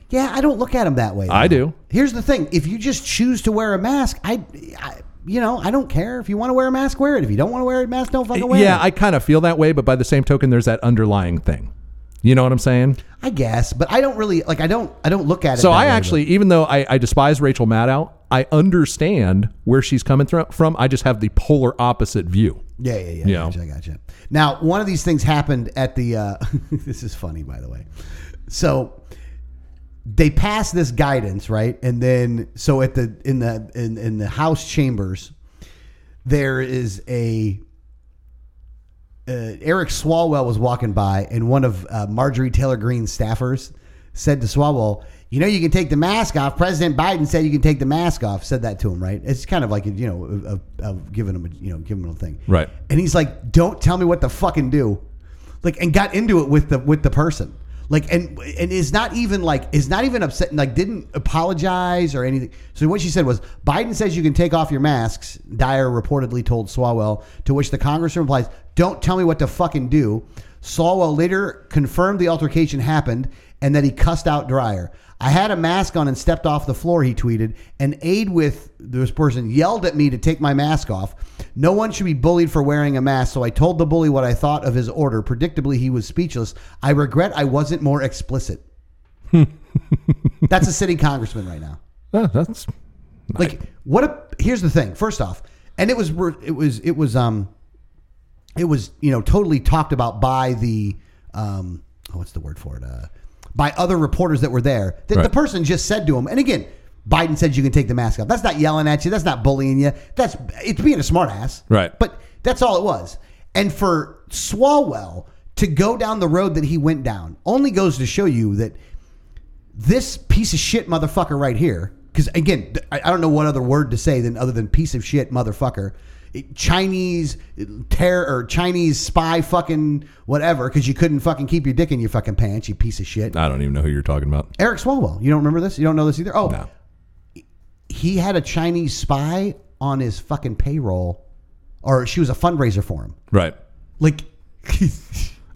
A: Yeah, I don't look at them that way.
B: I
A: though.
B: do.
A: Here's the thing: if you just choose to wear a mask, I, I you know, I don't care. If you want to wear a mask, wear it. If you don't want to wear a mask, don't fucking wear
B: Uh, Yeah,
A: it.
B: I kind of feel that way, but by the same token, there's that underlying thing. You know what I'm saying?
A: I, guess, but I don't really like. I don't. I don't look at it.
B: So
A: that
B: I
A: way,
B: actually, even though I, I despise Rachel Maddow, I understand where she's coming thro- from. I just have the polar opposite view.
A: though. Yeah, yeah, yeah.
B: Yeah.
A: I gotcha, I gotcha. Now, one of these things happened at the. Uh, this is funny, by the way. So they passed this guidance, right? And then, so at the in the in, in the House chambers, there is a uh, Eric Swalwell was walking by, and one of uh, Marjorie Taylor Greene's staffers said to Swalwell, "You know, you can take the mask off." President Biden said you can take the mask off. Said that to him, right? It's kind of like you know, a, a, a giving him a you know, giving him a thing,
B: Right.
A: And he's like, "Don't tell me what to fucking do," like, and got into it with the with the person. Like and and is not even like is not even upset and, like didn't apologize or anything. So what she said was Biden says you can take off your masks. Dyer reportedly told Swalwell, to which the congressman replies, "Don't tell me what to fucking do." Swalwell later confirmed the altercation happened and that he cussed out Dyer. I had a mask on and stepped off the floor. He tweeted. An aide with this person yelled at me to take my mask off. No one should be bullied for wearing a mask, so I told the bully what I thought of his order. Predictably, he was speechless. I regret I wasn't more explicit. That's a sitting congressman right now.
B: Oh, that's
A: Like what a here's the thing. First off, and it was it was it was um it was you know totally talked about by the um oh, what's the word for it uh by other reporters that were there that the
B: Right.
A: person just said to him and again Biden said you can take the mask off. That's not yelling at you. That's not bullying you. That's it's being a smartass.
B: Right.
A: But that's all it was. And for Swalwell to go down the road that he went down only goes to show you that this piece of shit motherfucker right here, because again, th- I I don't know what other word to say than other than piece of shit motherfucker, It- Chinese terror or Chinese spy fucking whatever, because you couldn't fucking keep your dick in your fucking pants, you piece of shit.
B: I don't even know who you're talking about.
A: Eric Swalwell, you don't remember this? You don't know this either? Oh,
B: No.
A: he had a Chinese spy on his fucking payroll, or she was a fundraiser for him.
B: Right.
A: Like,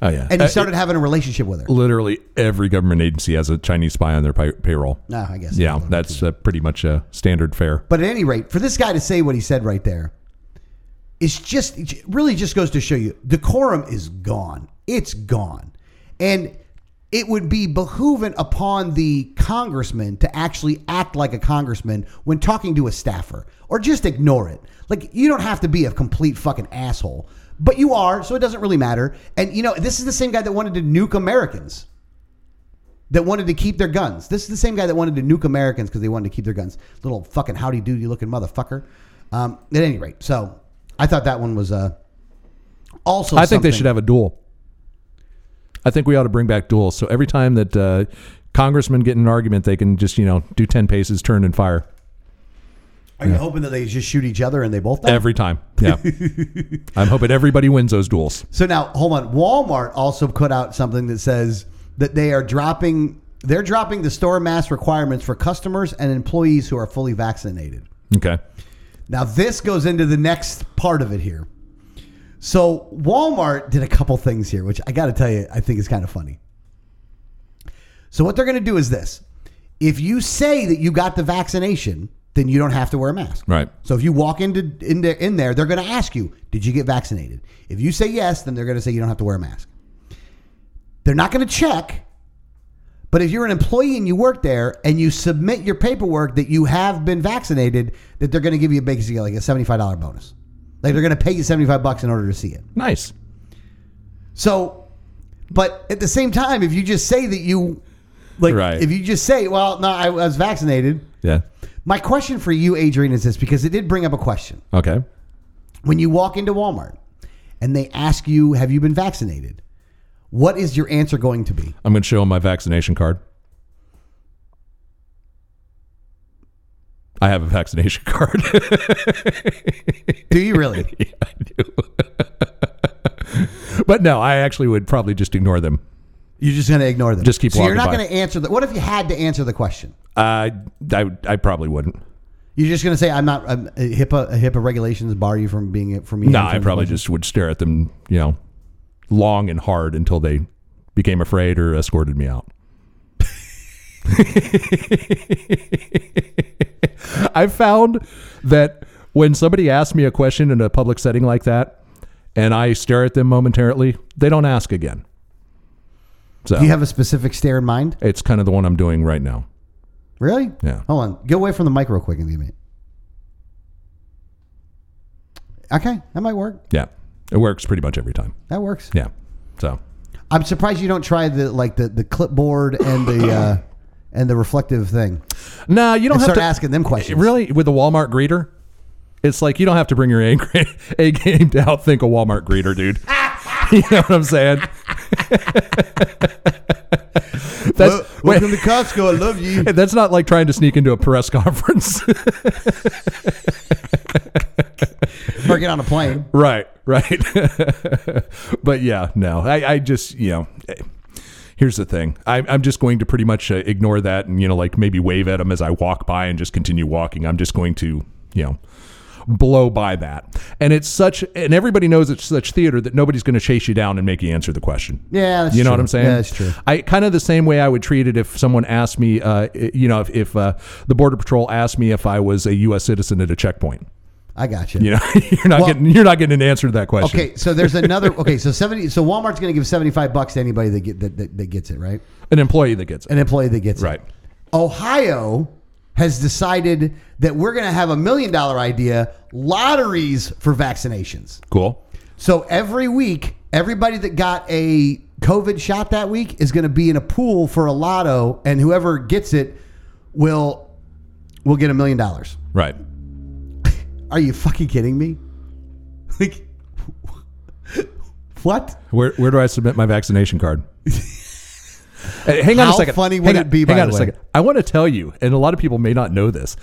B: Oh yeah.
A: and
B: Uh,
A: he started having a relationship with her.
B: literally every government agency has a Chinese spy on their pay- payroll.
A: No, I guess.
B: Yeah, that's uh, pretty much a standard fare.
A: But at any rate, for this guy to say what he said right there, it's just it really just goes to show you decorum is gone. It's gone, and it would be behooving upon the congressman to actually act like a congressman when talking to a staffer, or just ignore it. Like you don't have to be a complete fucking asshole, but you are, so it doesn't really matter. And you know, this is the same guy that wanted to nuke Americans that wanted to keep their guns. This is the same guy that wanted to nuke Americans because they wanted to keep their guns. Little fucking howdy doody looking motherfucker. Um, at any rate, so I thought that one was uh, also.
B: I think they
A: something-
B: should have a duel. I think we ought to bring back duels. So every time that uh, congressmen get in an argument, they can just you know do ten paces, turn and fire
A: Are you hoping that they just shoot each other and they both die?
B: every time. Yeah, I'm hoping everybody wins those duels.
A: So now, hold on. Walmart also put out something that says that they are dropping they're dropping the store mask requirements for customers and employees who are fully vaccinated.
B: Okay.
A: Now this goes into the next part of it here. So Walmart did a couple things here, which I got to tell you, I think is kind of funny. So what they're going to do is this: if you say that you got the vaccination, then you don't have to wear a mask.
B: Right.
A: So if you walk into in there, in there they're going to ask you, "Did you get vaccinated?" If you say yes, then they're going to say you don't have to wear a mask. They're not going to check. But if you're an employee and you work there and you submit your paperwork that you have been vaccinated, that they're going to give you basically like a seventy-five dollar bonus. Like they're going to pay you 75 bucks in order to see it.
B: Nice.
A: So, but at the same time, if you just say that you, like,
B: Right.
A: if you just say, well, no, I was vaccinated.
B: Yeah.
A: My question for you, Adrian, is this because it did bring up a question.
B: Okay.
A: When you walk into Walmart and they ask you, have you been vaccinated? What is your answer going to be?
B: I'm going to show him my vaccination card. I have a vaccination card.
A: Do you really?
B: but no, I actually would probably just ignore them.
A: You're just going to ignore them.
B: Just keep
A: so You're
B: walking
A: not
B: by.
A: going to answer the. What if you had to answer the question?
B: Uh, I, I probably wouldn't.
A: You're just going to say, "I'm not I'm, uh, HIPAA. HIPAA regulations bar you from being from me."
B: No, I probably just would stare at them, you know, long and hard until they became afraid or escorted me out. I found that when somebody asks me a question in a public setting like that, and I stare at them momentarily, they don't ask again. So
A: Do you have a specific stare in mind?
B: it's kind of the one I'm doing right now.
A: Really?
B: Yeah.
A: Hold on. Get away from the mic real quick and leave me. Okay, that might work.
B: Yeah, it works pretty much every time.
A: That works.
B: Yeah, so
A: I'm surprised you don't try the like the, the clipboard and the uh, and the reflective thing.
B: no, you don't
A: And
B: have
A: start
B: to
A: asking them questions.
B: Really, with the Walmart greeter, it's like you don't have to bring your A, gra- a game to outthink a Walmart greeter, dude. you know what I'm saying? that's wait,
A: Uh, to Costco. I love you.
B: that's not like trying to sneak into a press conference,
A: or get on a plane.
B: right? Right. but yeah, no, I, I just you know. eh, Here's the thing. I'm, I'm just going to pretty much uh, ignore that and, you know, like maybe wave at them as I walk by and just continue walking. I'm just going to, you know, blow by that. And it's such, and everybody knows it's such theater that nobody's going to chase you down and make you answer the question.
A: Yeah, that's
B: you know
A: true.
B: what I'm saying?
A: Yeah, that's true.
B: I kind of the same way I would treat it if someone asked me, uh, i- you know, if, if uh, the border patrol asked me if I was a U.S. citizen at a checkpoint.
A: I got you.
B: You know, you're not getting you're not getting an answer to that question.
A: Okay, so there's another. Okay, so seventy. So Walmart's going to give seventy five bucks to anybody that get that, that, that gets it right.
B: An employee that gets it.
A: An employee that gets
B: Right.
A: it. Ohio has decided that we're going to have a million dollar idea lotteries for vaccinations.
B: Cool.
A: So every week, everybody that got a COVID shot that week is going to be in a pool for a lotto, and whoever gets it will will get a million dollars.
B: Right.
A: Are you fucking kidding me? Like, what?
B: Where where do I submit my vaccination card? Hey, hang on
A: How
B: a second.
A: funny
B: Hang
A: would
B: on-
A: it be,
B: Hang
A: by
B: on
A: the
B: a
A: way?
B: second. I want to tell you, and a lot of people may not know this,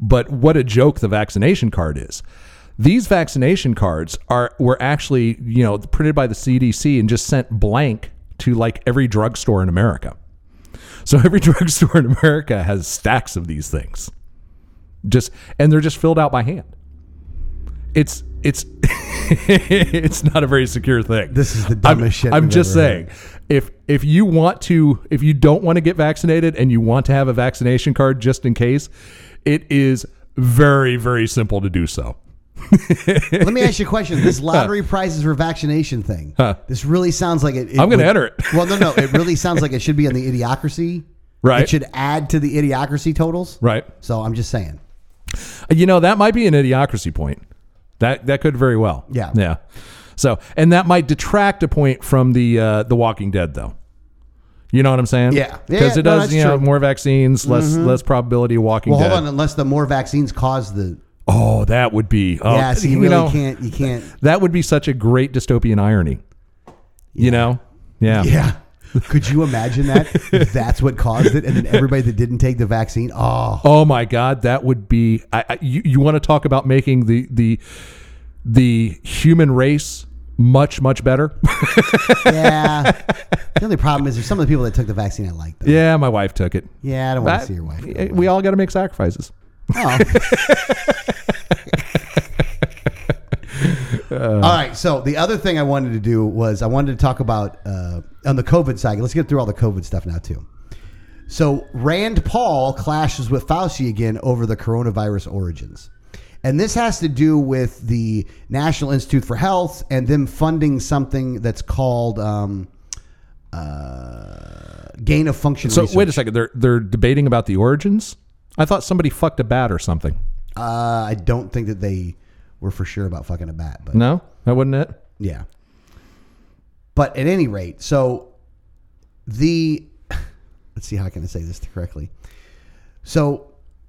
B: but what a joke the vaccination card is. These vaccination cards are were actually you know printed by the CDC and just sent blank to like every drugstore in America. So every drugstore in America has stacks of these things, just and they're just filled out by hand. It's it's it's not a very secure thing.
A: This is the
B: I'm-
A: dumbest shit
B: I'm
A: we've
B: just
A: ever heard.
B: saying, if if you want to, if you don't want to get vaccinated and you want to have a vaccination card just in case, it is very very simple to do so.
A: Let me ask you a question. This lottery prizes for vaccination thing. This really sounds like it. it
B: I'm gonna
A: would-
B: enter it.
A: well, no, no. It really sounds like it should be on the idiocracy.
B: Right.
A: It should add to the idiocracy totals.
B: Right.
A: So I'm just saying.
B: You know that might be an idiocracy point. That that could very well.
A: Yeah.
B: Yeah. So and that might detract a point from the uh, the Walking Dead though. You know what I'm saying?
A: Yeah. Yeah,
B: Because it
A: no,
B: does.
A: that's
B: you know,
A: true. Mm-hmm.
B: more vaccines, less less probability of Walking
A: Well,
B: Dead.
A: hold on. Unless the more vaccines cause the
B: Oh, that would be. Oh,
A: yeah, so you,
B: you
A: really
B: know,
A: can't. You can't.
B: That would be such a great dystopian irony. You know? Yeah.
A: Yeah. Could you imagine that? That's what caused it, and then everybody that didn't take the vaccine. Oh,
B: Oh my God, that would be. I, I, you you want to talk about making the the the human race much much better?
A: yeah. the only problem is there's some of the people that took the vaccine. I like them.
B: yeah, my wife took it.
A: Yeah, I don't want
B: I-
A: to see your wife.
B: We all got to make sacrifices.
A: Oh.
B: Uh.
A: All right. So the other thing I wanted to do was I wanted to talk about uh, on the COVID side. Let's get through all the COVID stuff now too. So Rand Paul clashes with Fauci again over the coronavirus origins. And this has to do with the National Institute for Health and them funding something that's called um, uh, gain of function.
B: So
A: research.
B: wait a second. They're they're debating about the origins. I thought somebody fucked a bat or something.
A: Uh, I don't think that they were for sure about fucking a bat. But
B: No, that wasn't it.
A: yeah. But at any rate, so the let's see how I can say this correctly. So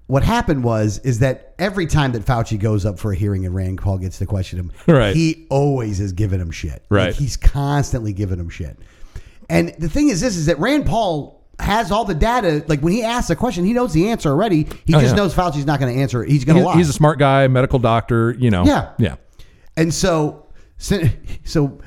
A: what happened was is that every time that Fauci goes up for a hearing and Rand Paul gets to question him,
B: Right.
A: he always is giving him shit.
B: Right.
A: Like, he's constantly giving him shit. And the thing is this is that Rand Paul has all the data. Like when he asks a question, he knows the answer already. He
B: Oh,
A: just
B: yeah.
A: knows Fauci's not going to answer it. He's going to
B: He's,
A: lie.
B: he's a smart guy, medical doctor. You know.
A: Yeah.
B: Yeah.
A: And so, so, so,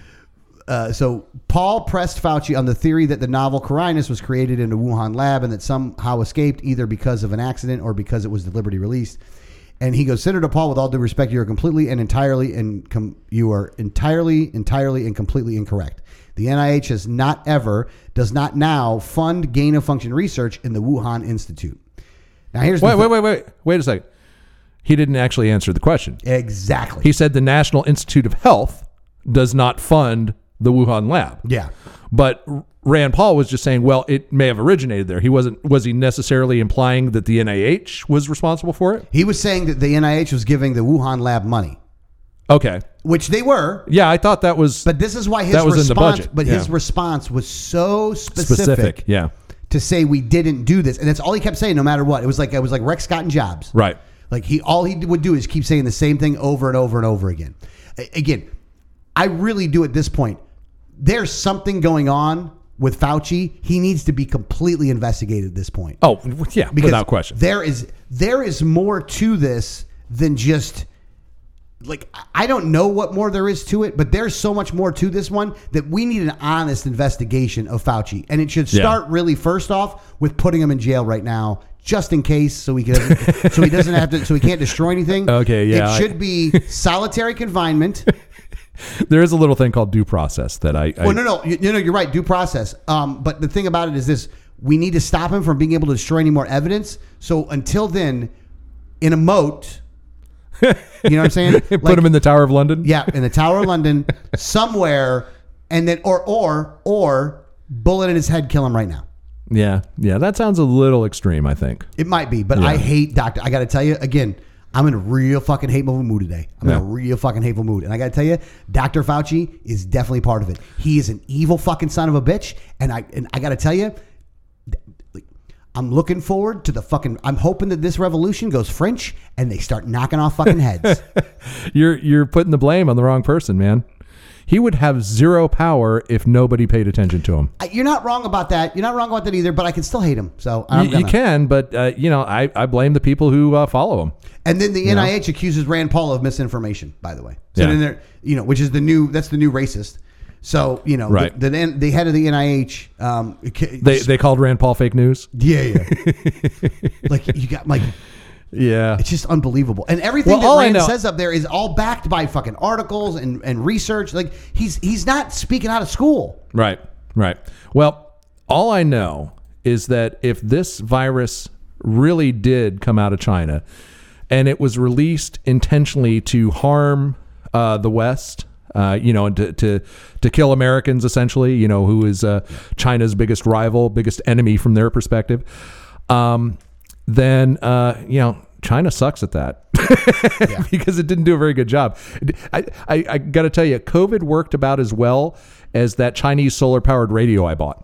A: uh, so Paul pressed Fauci on the theory that the novel Corinus was created in a Wuhan lab and that somehow escaped either because of an accident or because it was deliberately released. And he goes, Senator Paul, with all due respect, you are completely and entirely and com- you are entirely, entirely and completely incorrect. The NIH has not ever, does not now fund gain of function research in the Wuhan Institute. Now here's the
B: Wait,
A: thi-
B: wait, wait, wait, wait a second. He didn't actually answer the question.
A: exactly.
B: He said the National Institute of Health does not fund the Wuhan lab.
A: yeah,
B: But Rand Paul was just saying, well, it may have originated there. He wasn't. Was he necessarily implying that the NIH was responsible for it?
A: he was saying that the NIH was giving the Wuhan lab money.
B: Okay.
A: which they were.
B: Yeah, I thought that was
A: But this is why his
B: That was in
A: response.
B: the budget,
A: But his
B: yeah.
A: response was so specific,
B: specific. Yeah.
A: to say we didn't do this, and that's all he kept saying, no matter what. It was like it was like Rex Scott and Jobs.
B: Right.
A: Like he all he would do is keep saying the same thing over and over and over again. A- Again, I really do at this point. There's something going on with Fauci. He needs to be completely investigated at this point.
B: Oh, yeah. without question.
A: There is there is more to this than just like I don't know what more there is to it, but there's so much more to this one that we need an honest investigation of Fauci, and it should
B: Yeah.
A: start really first off with putting him in jail right now, just in case, so he can so he doesn't have to so he can't destroy anything.
B: Okay, yeah,
A: It
B: I-
A: should be solitary confinement.
B: there is a little thing called due process that I. I
A: Well, no, no, you, no, no, you're right. Due process. Um, but the thing about it is this: we need to stop him from being able to destroy any more evidence. So until then, in a moat, you know what I'm saying?
B: Put
A: Like,
B: him in the Tower of London.
A: yeah, in the Tower of London, somewhere, and then or or or bullet in his head, kill him right now.
B: Yeah. Yeah. That sounds a little extreme. I think.
A: It might be, but I
B: Yeah.
A: hate Doctor. I got to tell you again, I'm in a real fucking hateful mood today. I'm in a
B: Yeah.
A: real fucking hateful mood, and I got to tell you, Doctor Fauci is definitely part of it. He is an evil fucking son of a bitch, and I and I got to tell you, th- like, I'm looking forward to the fucking. I'm hoping that this revolution goes French and they start knocking off fucking heads.
B: You're you're putting the blame on the wrong person, man. He would have zero power if nobody paid attention to him.
A: I- You're not wrong about that. You're not wrong about that either. But I can still hate him. So I'm
B: You- you,
A: gonna.
B: can, but uh, you know, I, I blame the people who uh, follow him.
A: And then the NIH accuses Rand Paul of misinformation, by the way. So
B: Yeah.
A: then they're, you know, which is the new, that's the new racist. So, you know,
B: Right.
A: the, the, the head of the NIH, um, ca-
B: They they called Rand Paul fake news.
A: yeah, yeah. like you got like,
B: Yeah.
A: it's just unbelievable. And everything
B: Well, all
A: that
B: I
A: Rand
B: know-
A: says up there is all backed by fucking articles and, and research. Like he's, he's not speaking out of school.
B: Right. Right. Well, all I know is that if this virus really did come out of China and it was released intentionally to harm uh, the West, uh, you know, and to, to, to kill Americans, essentially, you know, who is uh, China's biggest rival, biggest enemy from their perspective, um, then, uh, you know, China sucks at that because it didn't do a very good job. I, I, I got to tell you, COVID worked about as well as that Chinese solar powered radio I bought.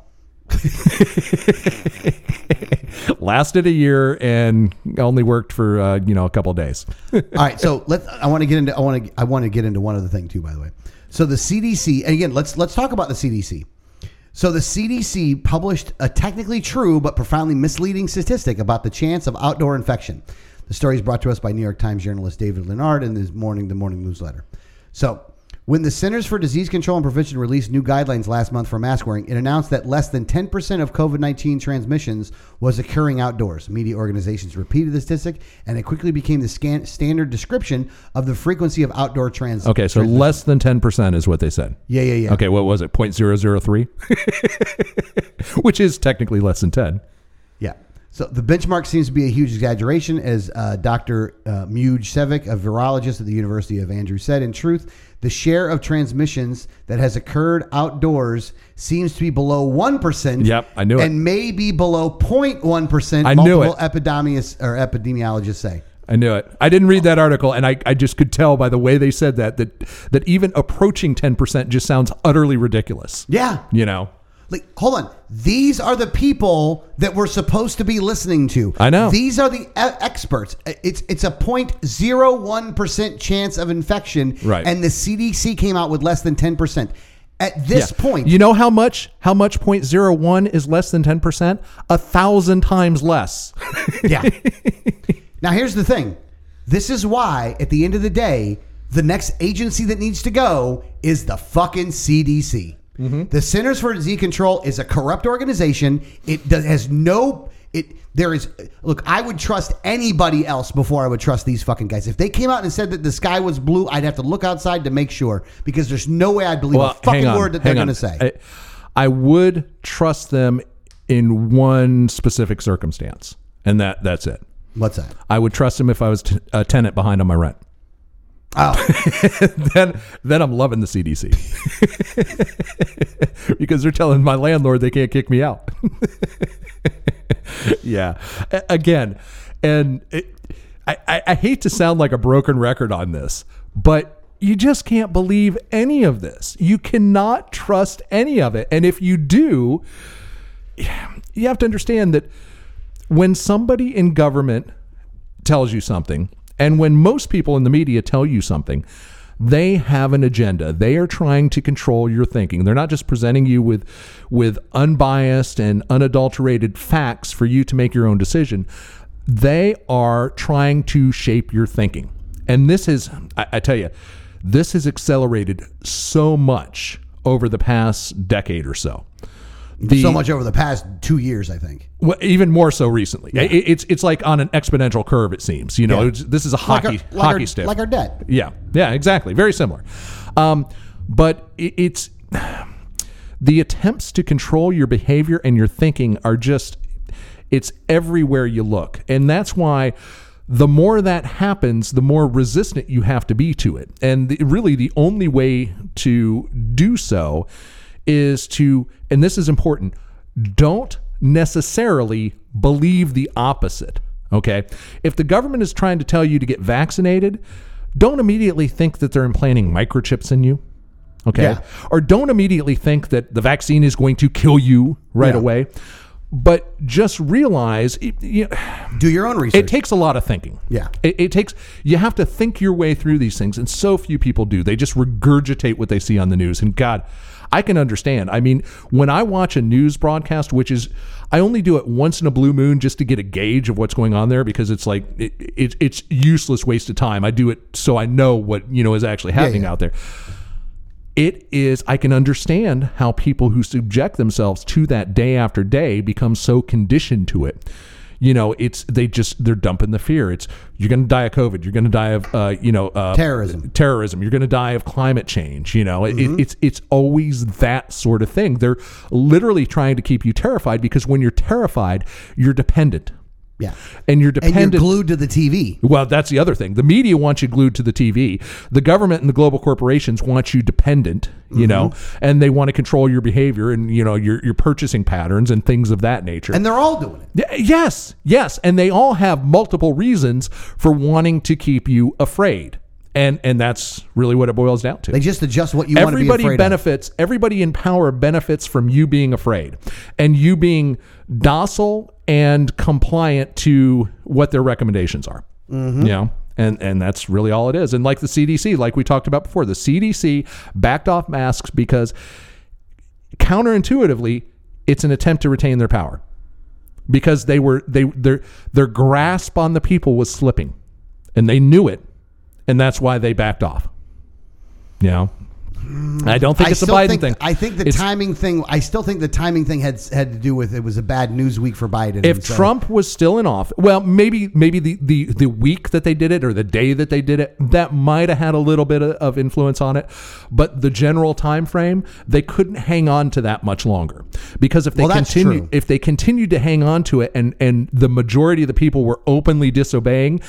B: Lasted a year and only worked for uh, you know a couple of days.
A: All right, so let I want to get into I want to I want to get into one other thing too. By the way, so the CDC and again let's let's talk about the CDC. So the CDC published a technically true but profoundly misleading statistic about the chance of outdoor infection. The story is brought to us by New York Times journalist David Leonard in his morning the morning newsletter. So when the Centers for Disease Control and Prevention released new guidelines last month for mask wearing, it announced that less than 10% of COVID 19 transmissions was occurring outdoors. Media organizations repeated the statistic, and it quickly became the scan- standard description of the frequency of outdoor trans.
B: Okay, so less than ten percent is what they said.
A: Yeah, yeah, yeah.
B: Okay, what was it? 0.003? Which is technically less than ten.
A: Yeah. So the benchmark seems to be a huge exaggeration, as uh, Dr. Uh, Muj Sevic, a virologist at the University of Andrew, said. In truth, the share of transmissions that has occurred outdoors seems to be below 1%.
B: Yep, I knew it.
A: And maybe below 0.1%,
B: I knew
A: multiple
B: it.
A: epidemiologists, or epidemiologists say.
B: I knew it. I didn't read that article, and I, I just could tell by the way they said that that that even approaching ten percent just sounds utterly ridiculous.
A: Yeah.
B: You know,
A: Like, hold on. These are the people that we're supposed to be listening to.
B: I know.
A: These are the e- experts. It's it's a 0.01% chance of infection.
B: Right.
A: And the CDC came out with less than 10%. At this point,
B: you know how much how much point zero one is less than ten percent? A thousand times less.
A: Yeah. now here's the thing. This is why at the end of the day, the next agency that needs to go is the fucking CDC.
B: Mm-hmm.
A: The Centers for Disease Control is a corrupt organization. It does, has no it there is look, I would trust anybody else before I would trust these fucking guys. If they came out and said that the sky was blue, I'd have to look outside to make sure because there's no way I'd believe a fucking word that they're
B: hang
A: going
B: on. Uh,
A: to say.
B: I, I would trust them in one specific circumstance, and that that's it.
A: What's that?
B: I would trust them if I was t- a tenant behind on my rent.
A: Oh,
B: then then I'm loving the CDC because they're telling my landlord they can't kick me out. yeah, A- again, and it, I, I I hate to sound like a broken record on this, but. You just can't believe any of this. You cannot trust any of it. And if you do, you have to understand that when somebody in government tells you something, and when most people in the media tell you something, they have an agenda. They are trying to control your thinking. They're not just presenting you with with unbiased and unadulterated facts for you to make your own decision. They are trying to shape your thinking. And this is, I, I tell you, this has accelerated so much over the past decade or so. The-
A: so much over the past 2 years, I think.
B: well, even more so recently. It- it's it's like on an exponential curve. It seems you know
A: Yeah.
B: it's, this is a hockey
A: like our, like
B: hockey
A: our,
B: stick.
A: Like our debt.
B: yeah, yeah, exactly. Very similar. Um, but it, it's the attempts to control your behavior and your thinking are just it's everywhere you look, and that's why. The more that happens, the more resistant you have to be to it. And the, really, the only way to do so is to, and this is important, don't necessarily believe the opposite. Okay. If the government is trying to tell you to get vaccinated, don't immediately think that they're implanting microchips in you. Okay.
A: Yeah.
B: Or don't immediately think that the vaccine is going to kill you right
A: Yeah.
B: away. But just realize y- you know,
A: Do your own research.
B: it takes a lot of thinking.
A: Yeah.
B: It, it takes, you have to think your way through these things. And so few people do. They just regurgitate what they see on the news. And God, I can understand. I mean, when I watch a news broadcast, which is, I only do it once in a blue moon just to get a gauge of what's going on there because it's like, it, it, it's useless waste of time. I do it so I know what, you know, is actually happening
A: yeah.
B: out there it is i can understand how people who subject themselves to that day after day become so conditioned to it you know it's they just they're dumping the fear it's you're going to die of covid you're going to die of uh, you know uh,
A: Terrorism.
B: terrorism you're going to die of climate change you know It- it, it's it's always that sort of thing they're literally trying to keep you terrified because when you're terrified you're dependent
A: Yeah.
B: and you're
A: And
B: dependent
A: you're glued to the TV.
B: well, that's the other thing. The media wants you glued to the TV. The government and the global corporations want you dependent, you know, and they want to control your behavior and, you know, your, your purchasing patterns and things of that nature.
A: And they're all doing it.
B: Y- yes, yes. And they all have multiple reasons for wanting to keep you afraid. And, and that's really what it boils down to
A: They just adjust what you want to
B: everybody
A: be afraid of.
B: benefits everybody in power benefits from you being afraid and you being docile and compliant to what their recommendations are
A: Mm-hmm.
B: you know and and that's really all it is and like the cdc like we talked about before the cdc backed off masks because counterintuitively it's an attempt to retain their power because they were they their their grasp on the people was slipping and they knew it and that's why they backed off you know i don't think
A: I
B: it's a
A: still
B: biden
A: think,
B: thing
A: I think the
B: It's-
A: timing thing. I still think the timing thing had had to do with it was a bad news week for Biden.
B: if
A: and so-
B: Trump was still in office, well, maybe maybe the, the, the week that they did it or the day that they did it, that might have had a little bit of, of influence on it. But the general time frame, they couldn't hang on to that much longer because if they
A: Well, that's
B: continue
A: true.
B: if they continued to hang on to it and and the majority of the people were openly disobeying,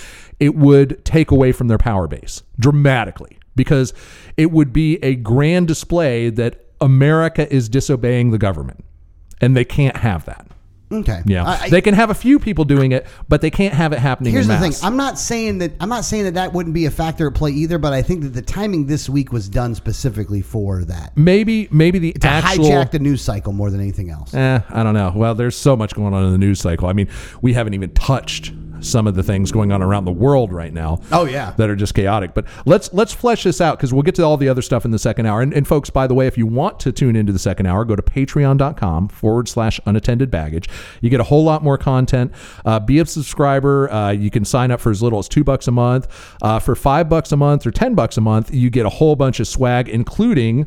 B: it would take away from their power base dramatically because it would be a grand display that America is disobeying the government, and they can't have that.
A: Okay.
B: Yeah,
A: I- I-
B: they can have a few people doing it, but they can't have it happening.
A: Here's
B: in
A: the
B: mass.
A: thing. I'm not saying that I'm not saying that that wouldn't be a factor at play either, but I think that the timing this week was done specifically for that.
B: maybe maybe the
A: To
B: actual.
A: hijack the news cycle more than anything else.
B: Eh, I don't know. Well, there's so much going on in the news cycle. I mean, we haven't even touched some of the things going on around the world right now.
A: Oh, yeah.
B: that are just chaotic. But let's let's flesh this out because we'll get to all the other stuff in the second hour. And, and folks, by the way, if you want to tune into the second hour, go to patreon.com forward slash unattended baggage. You get a whole lot more content. Uh, be a subscriber. Uh, you can sign up for as little as two bucks a month. Uh, for five bucks a month or ten bucks a month, you get a whole bunch of swag, including.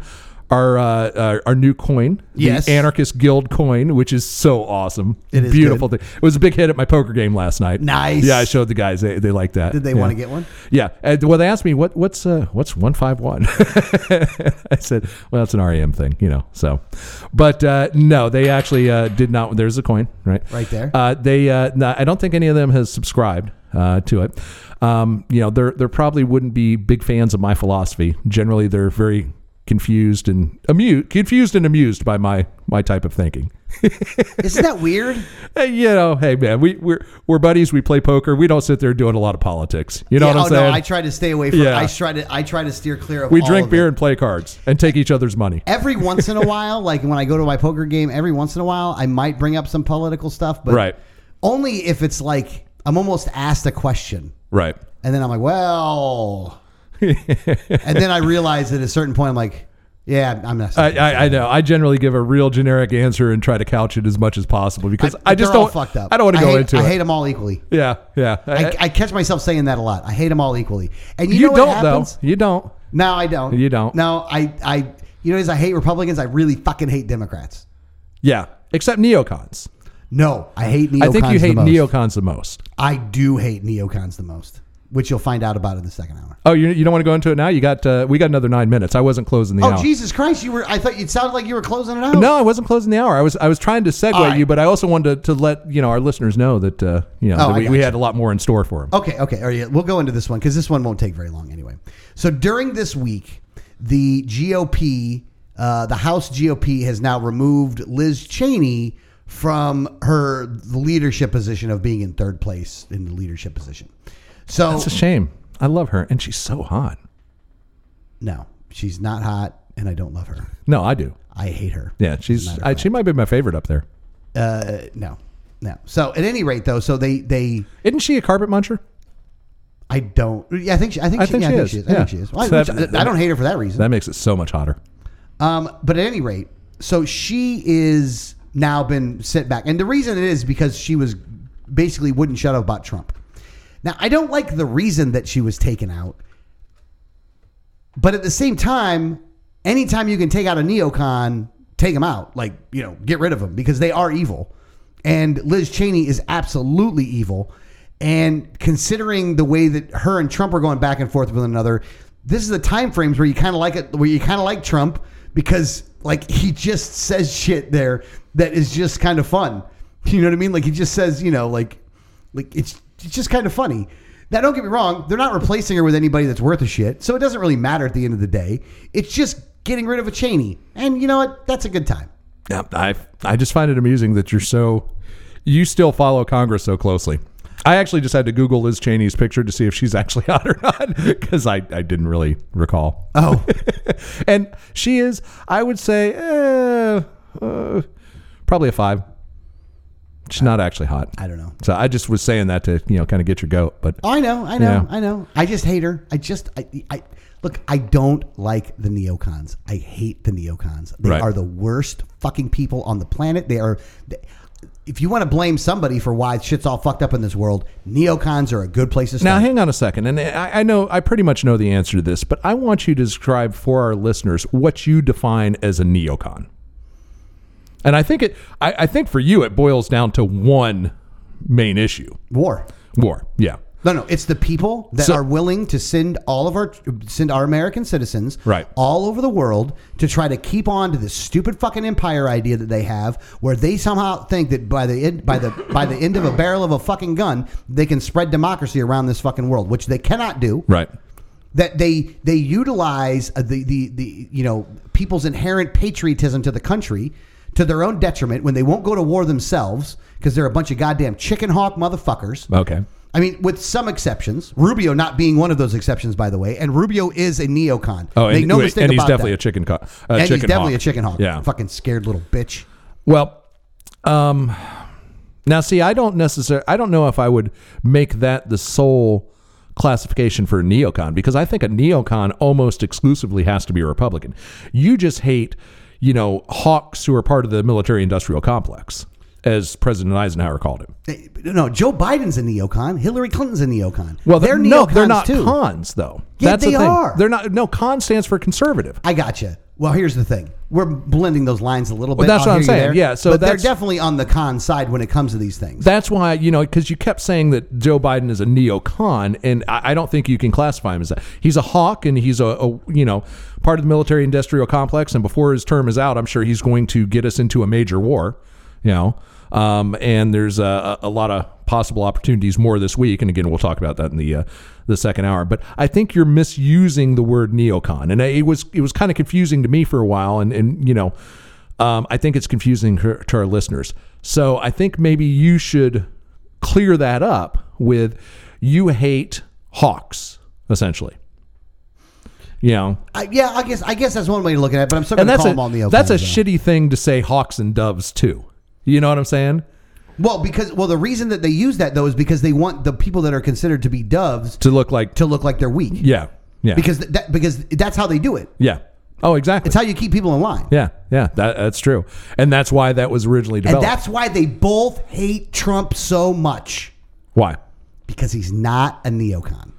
B: Our, uh, our our new coin,
A: Yes.
B: the Anarchist Guild coin, which is so awesome,
A: It is
B: beautiful thing. It was a big hit at my poker game last night.
A: Nice.
B: yeah. I showed the guys; they, they liked that.
A: Did they
B: Yeah.
A: want to get one?
B: Yeah. Uh, well, they asked me what what's uh, what's one five one. I said, well, that's an REM thing, you know. So, but uh, no, they actually uh, did not. There's a coin, right?
A: Right there.
B: Uh, they, uh, no, I don't think any of them has subscribed uh, to it. Um, you know, they're they probably wouldn't be big fans of my philosophy. Generally, they're very confused and amused, confused and amused by my my type of thinking.
A: Isn't that weird?
B: Hey, you know, hey man, we we're we're buddies. We play poker. We don't sit there doing a lot of politics. You know
A: Yeah,
B: what I'm
A: oh
B: saying?
A: no, I try to stay away from.
B: Yeah.
A: I try to. I try to steer clear of.
B: We
A: all
B: drink
A: of
B: beer
A: it.
B: and play cards and take each other's money.
A: Every once in a while, like when I go to my poker game, every once in a while, I might bring up some political stuff, but
B: Right.
A: only if it's like I'm almost asked a question,
B: Right.
A: and then I'm like, well, and then I realize at a certain point, I'm like, yeah, I'm not.
B: I, I, I know. I generally give a real generic answer and try to couch it as much as possible because I, just
A: they're all
B: don't.
A: fucked up.
B: I don't want to go
A: hate-
B: into
A: I
B: it.
A: hate them all equally.
B: yeah, yeah.
A: I, I catch myself saying that a lot. I hate them all equally. And you,
B: you
A: know what
B: don't though.
A: happens?
B: You don't.
A: No, I don't.
B: You don't.
A: No, I, I, you know, as I hate Republicans, I really fucking hate Democrats.
B: Yeah. Except neocons.
A: No, I hate neocons.
B: I think you hate
A: the most.
B: neocons the most.
A: I do hate neocons the most, which you'll find out about in the second hour.
B: Oh, you, you don't want to go into it now? You got uh, we got another nine minutes. I wasn't closing the
A: Oh
B: hour.
A: Jesus Christ! You were. I thought it sounded like you were closing it out.
B: No, I wasn't closing the hour. I was I was trying to segue
A: All right.
B: you, but I also wanted to, to let you know our listeners know that uh, you know
A: Oh, I
B: that
A: Oh.
B: we,
A: got
B: we
A: you.
B: had a lot more in store for them.
A: Okay, okay. All right, we'll go into this one because this one won't take very long anyway. So during this week, the GOP, uh, the House GOP, has now removed Liz Cheney from her leadership position of being in third place in the leadership position. So
B: It's a shame. I love her, and she's so hot.
A: no, she's not hot, and I don't love her.
B: No, I do.
A: I hate her.
B: Yeah, she's
A: Matter of
B: I, she might be my favorite up there.
A: Uh, no, no. So at any rate, though, so they they.
B: Isn't she a carpet muncher?
A: I don't. Yeah, I think she. I think,
B: I
A: she,
B: think
A: yeah,
B: she
A: I think
B: is.
A: she is. I
B: Yeah.
A: think she is. Well,
B: So
A: which-
B: that-
A: I don't hate her for that reason.
B: That makes it so much hotter.
A: Um, but at any rate, so she is now been sent back, and the reason it is because she was basically wouldn't shut up about Trump. Now I don't like the reason that she was taken out, but at the same time, anytime you can take out a neocon, take them out, like you know, get rid of them because they are evil, and Liz Cheney is absolutely evil. And considering the way that her and Trump are going back and forth with one another, this is the time frames where you kind of like it, where you kind of like Trump because like he just says shit there that is just kind of fun. You know what I mean? Like he just says, you know, like like it's, it's just kind of funny. Now, don't get me wrong; they're not replacing her with anybody that's worth a shit, so it doesn't really matter at the end of the day. It's just getting rid of a Cheney, and you know what? That's a good time.
B: Yep, I I just find it amusing that you're so you still follow Congress so closely. I actually just had to Google Liz Cheney's picture to see if she's actually hot or not because I, I didn't really recall.
A: Oh,
B: and she is, I would say, eh, uh, probably a five. She's not actually hot.
A: I don't know.
B: So I just was saying that to you know kind of get your goat, but
A: I know, I know,
B: Yeah.
A: I know. I just hate her. I just, I, I look. I don't like the neocons. I hate the neocons. They
B: Right.
A: are the worst fucking people on the planet. They are. They, if you want to blame somebody for why shit's all fucked up in this world, neocons are a good place to
B: Now,
A: start.
B: hang on a second, and I, I know I pretty much know the answer to this, but I want you to describe for our listeners what you define as a neocon. And I think it, I, I think for you, it boils down to one main issue:
A: War.
B: war. Yeah,
A: No, no, it's the people that
B: So-
A: are willing to send all of our send our American citizens
B: Right.
A: all over the world to try to keep on to this stupid fucking empire idea that they have, where they somehow think that by the end, by the by the end of a barrel of a fucking gun, they can spread democracy around this fucking world, which they cannot do
B: right.
A: that they they utilize uh, the the the you know people's inherent patriotism to the country to their own detriment when they won't go to war themselves because they're a bunch of goddamn chicken hawk motherfuckers.
B: Okay.
A: I mean, with some exceptions, Rubio not being one of those exceptions, by the way. And Rubio is a neocon.
B: Oh,
A: Make
B: and,
A: no
B: wait,
A: mistake
B: and he's
A: about
B: definitely
A: that.
B: a chicken. Co- a
A: and
B: chicken
A: he's definitely
B: hawk.
A: a chicken hawk.
B: Yeah.
A: fucking scared little bitch.
B: Well, um, now see, I don't necessarily, I don't know if I would make that the sole classification for a neocon because I think a neocon almost exclusively has to be a Republican. You just hate, you know, hawks who are part of the military-industrial complex, as President Eisenhower called him.
A: They- No, Joe Biden's a neocon. Hillary Clinton's a neocon.
B: Well,
A: they're
B: no,
A: neocons
B: they're not
A: too.
B: cons though.
A: Yeah,
B: That's
A: they
B: the thing.
A: are.
B: They're not. No, con stands for conservative.
A: I gotcha. Well, here's the thing. We're blending those lines a little bit.
B: that's
A: I'll hear
B: what I'm
A: you
B: saying.
A: there.
B: Yeah, so
A: but they're
B: that's-
A: definitely on the con side when it comes to these things.
B: That's why, you know, because you kept saying that Joe Biden is a neocon, and I, I don't think you can classify him as that. He's a hawk, and he's a, a you know part of the military-industrial complex. And before his term is out, I'm sure he's going to get us into a major war. You know, um, and there's a, a a lot of possible opportunities more this week. And again, we'll talk about that in the uh, the second hour. But I think you're misusing the word neocon, and it was it was kind of confusing to me for a while. And and you know. Um, I think it's confusing her, to our listeners. So I think maybe you should clear that up with you hate hawks, essentially. You know,
A: I, yeah, I guess I guess that's one way to look at it. But I'm still going
B: and
A: to
B: that's
A: call
B: a,
A: them all neocons.
B: that's a
A: though.
B: shitty thing to say hawks and doves too. You know what I'm saying?
A: Well, because well, the reason that they use that though is because they want the people that are considered to be doves
B: To look like,
A: to look like they're weak.
B: yeah, yeah,
A: Because th- that because that's how they do it.
B: yeah. Oh, exactly.
A: It's how you keep people in line.
B: yeah, yeah. That, that's true, and that's why that was originally
A: And
B: developed.
A: that's why they both hate Trump so much
B: why?
A: because he's not a neocon.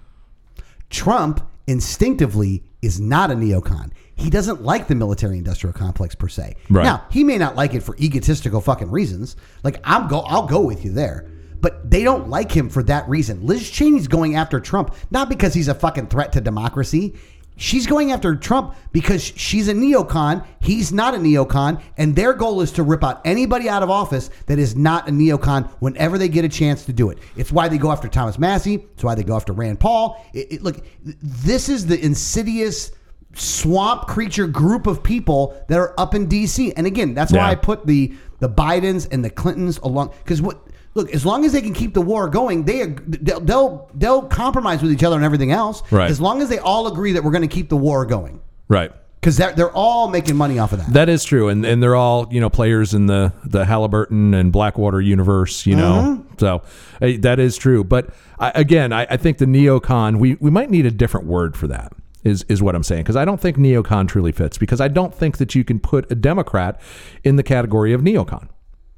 A: Trump instinctively is not a neocon. He doesn't like the military industrial complex per se.
B: Right.
A: Now, he may not like it for egotistical fucking reasons. Like I'm go I'll go with you there. But they don't like him for that reason. Liz Cheney's going after Trump not because he's a fucking threat to democracy. She's going after Trump because she's a neocon, he's not a neocon, and their goal is to rip out anybody out of office that is not a neocon whenever they get a chance to do it. It's why they go after Thomas Massey, it's why they go after Rand Paul. It, it, look, th- this is the insidious swamp creature group of people that are up in DC. And again, that's why
B: Yeah.
A: I put the the Bidens and the Clintons along because what look as long as they can keep the war going, they ag- they'll they'll, they'll compromise with each other and everything else.
B: Right.
A: As long as they all agree that we're going to keep the war going
B: Right.
A: because they're they're all making money off of that.
B: That is true, and and they're all you know players in the the Halliburton and Blackwater universe, you know. So eh, that is true, but I, again, I, I think the neocon we we might need a different word for that. Is, is what I'm saying because I don't think neocon truly fits because I don't think that you can put a Democrat in the category of neocon.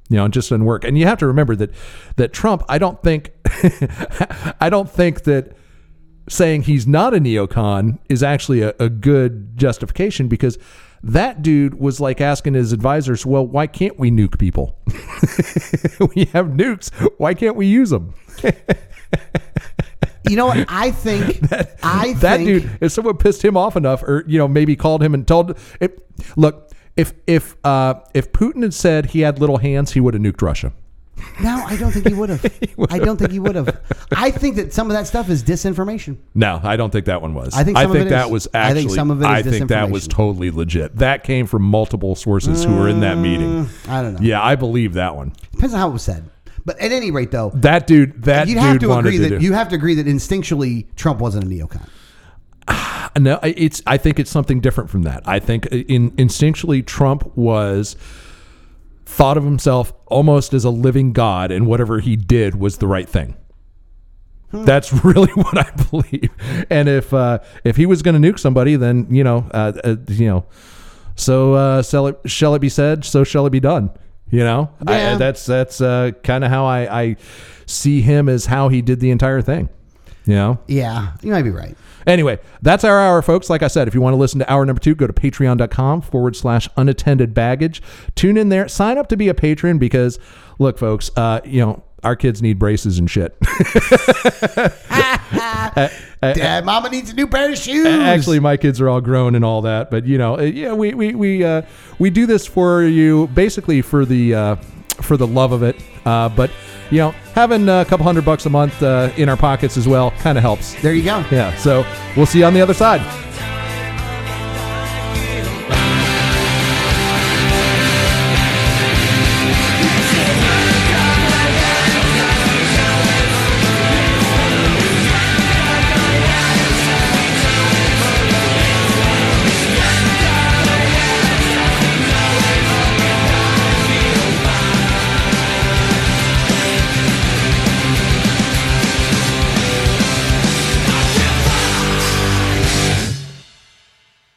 B: You know, it just doesn't work. And you have to remember that that Trump. I don't think I don't think that saying he's not a neocon is actually a, a good justification because that dude was like asking his advisors, well, why can't we nuke people? we have nukes. Why can't we use them?
A: you know what? I think I
B: That
A: think
B: dude, if someone pissed him off enough or, you know, maybe called him and told if look, if if uh, if Putin had said he had little hands, he would have nuked Russia.
A: no, I don't think he would have. I don't think he would have. I think that some of that stuff is disinformation.
B: No, I don't think that one was.
A: I think some of it
B: that
A: is.
B: was
A: I
B: actually.
A: think some of it is
B: I think that was
A: disinformation.
B: totally legit. That came from multiple sources who were in that meeting.
A: I don't know.
B: Yeah, I believe that one.
A: Depends on how it was said. But at any rate, though,
B: That dude. That
A: you'd
B: dude
A: have to
B: wanted
A: agree
B: to
A: that
B: do.
A: you have to agree that instinctually Trump wasn't a neocon.
B: no, I- it's. I think it's something different from that. I think uh, in instinctually Trump was thought of himself almost as a living god, and whatever he did was the right thing. That's really what I believe. And if uh, if he was going to nuke somebody, then you know, uh, uh, you know, so uh, shall it shall it be said? So shall it be done. You know, I-
A: Yeah.
B: that's that's uh, kind of how I, I see him as how he did the entire thing. You know.
A: Yeah, you might be right.
B: Anyway, that's our hour, folks. Like I said, if you want to listen to hour number two, go to patreon.com forward slash unattended baggage. Tune in there. Sign up to be a patron because, look, folks, uh, you know, our kids need braces and shit.
A: Dad, Mama needs a new pair of shoes.
B: Actually, my kids are all grown and all that, but you know, uh, yeah, we we we uh, we do this for you, basically for the uh, for the love of it. Uh, but you know, having a couple hundred bucks a month uh, in our pockets as well kind of helps.
A: there you go.
B: Yeah. So we'll see you on the other side.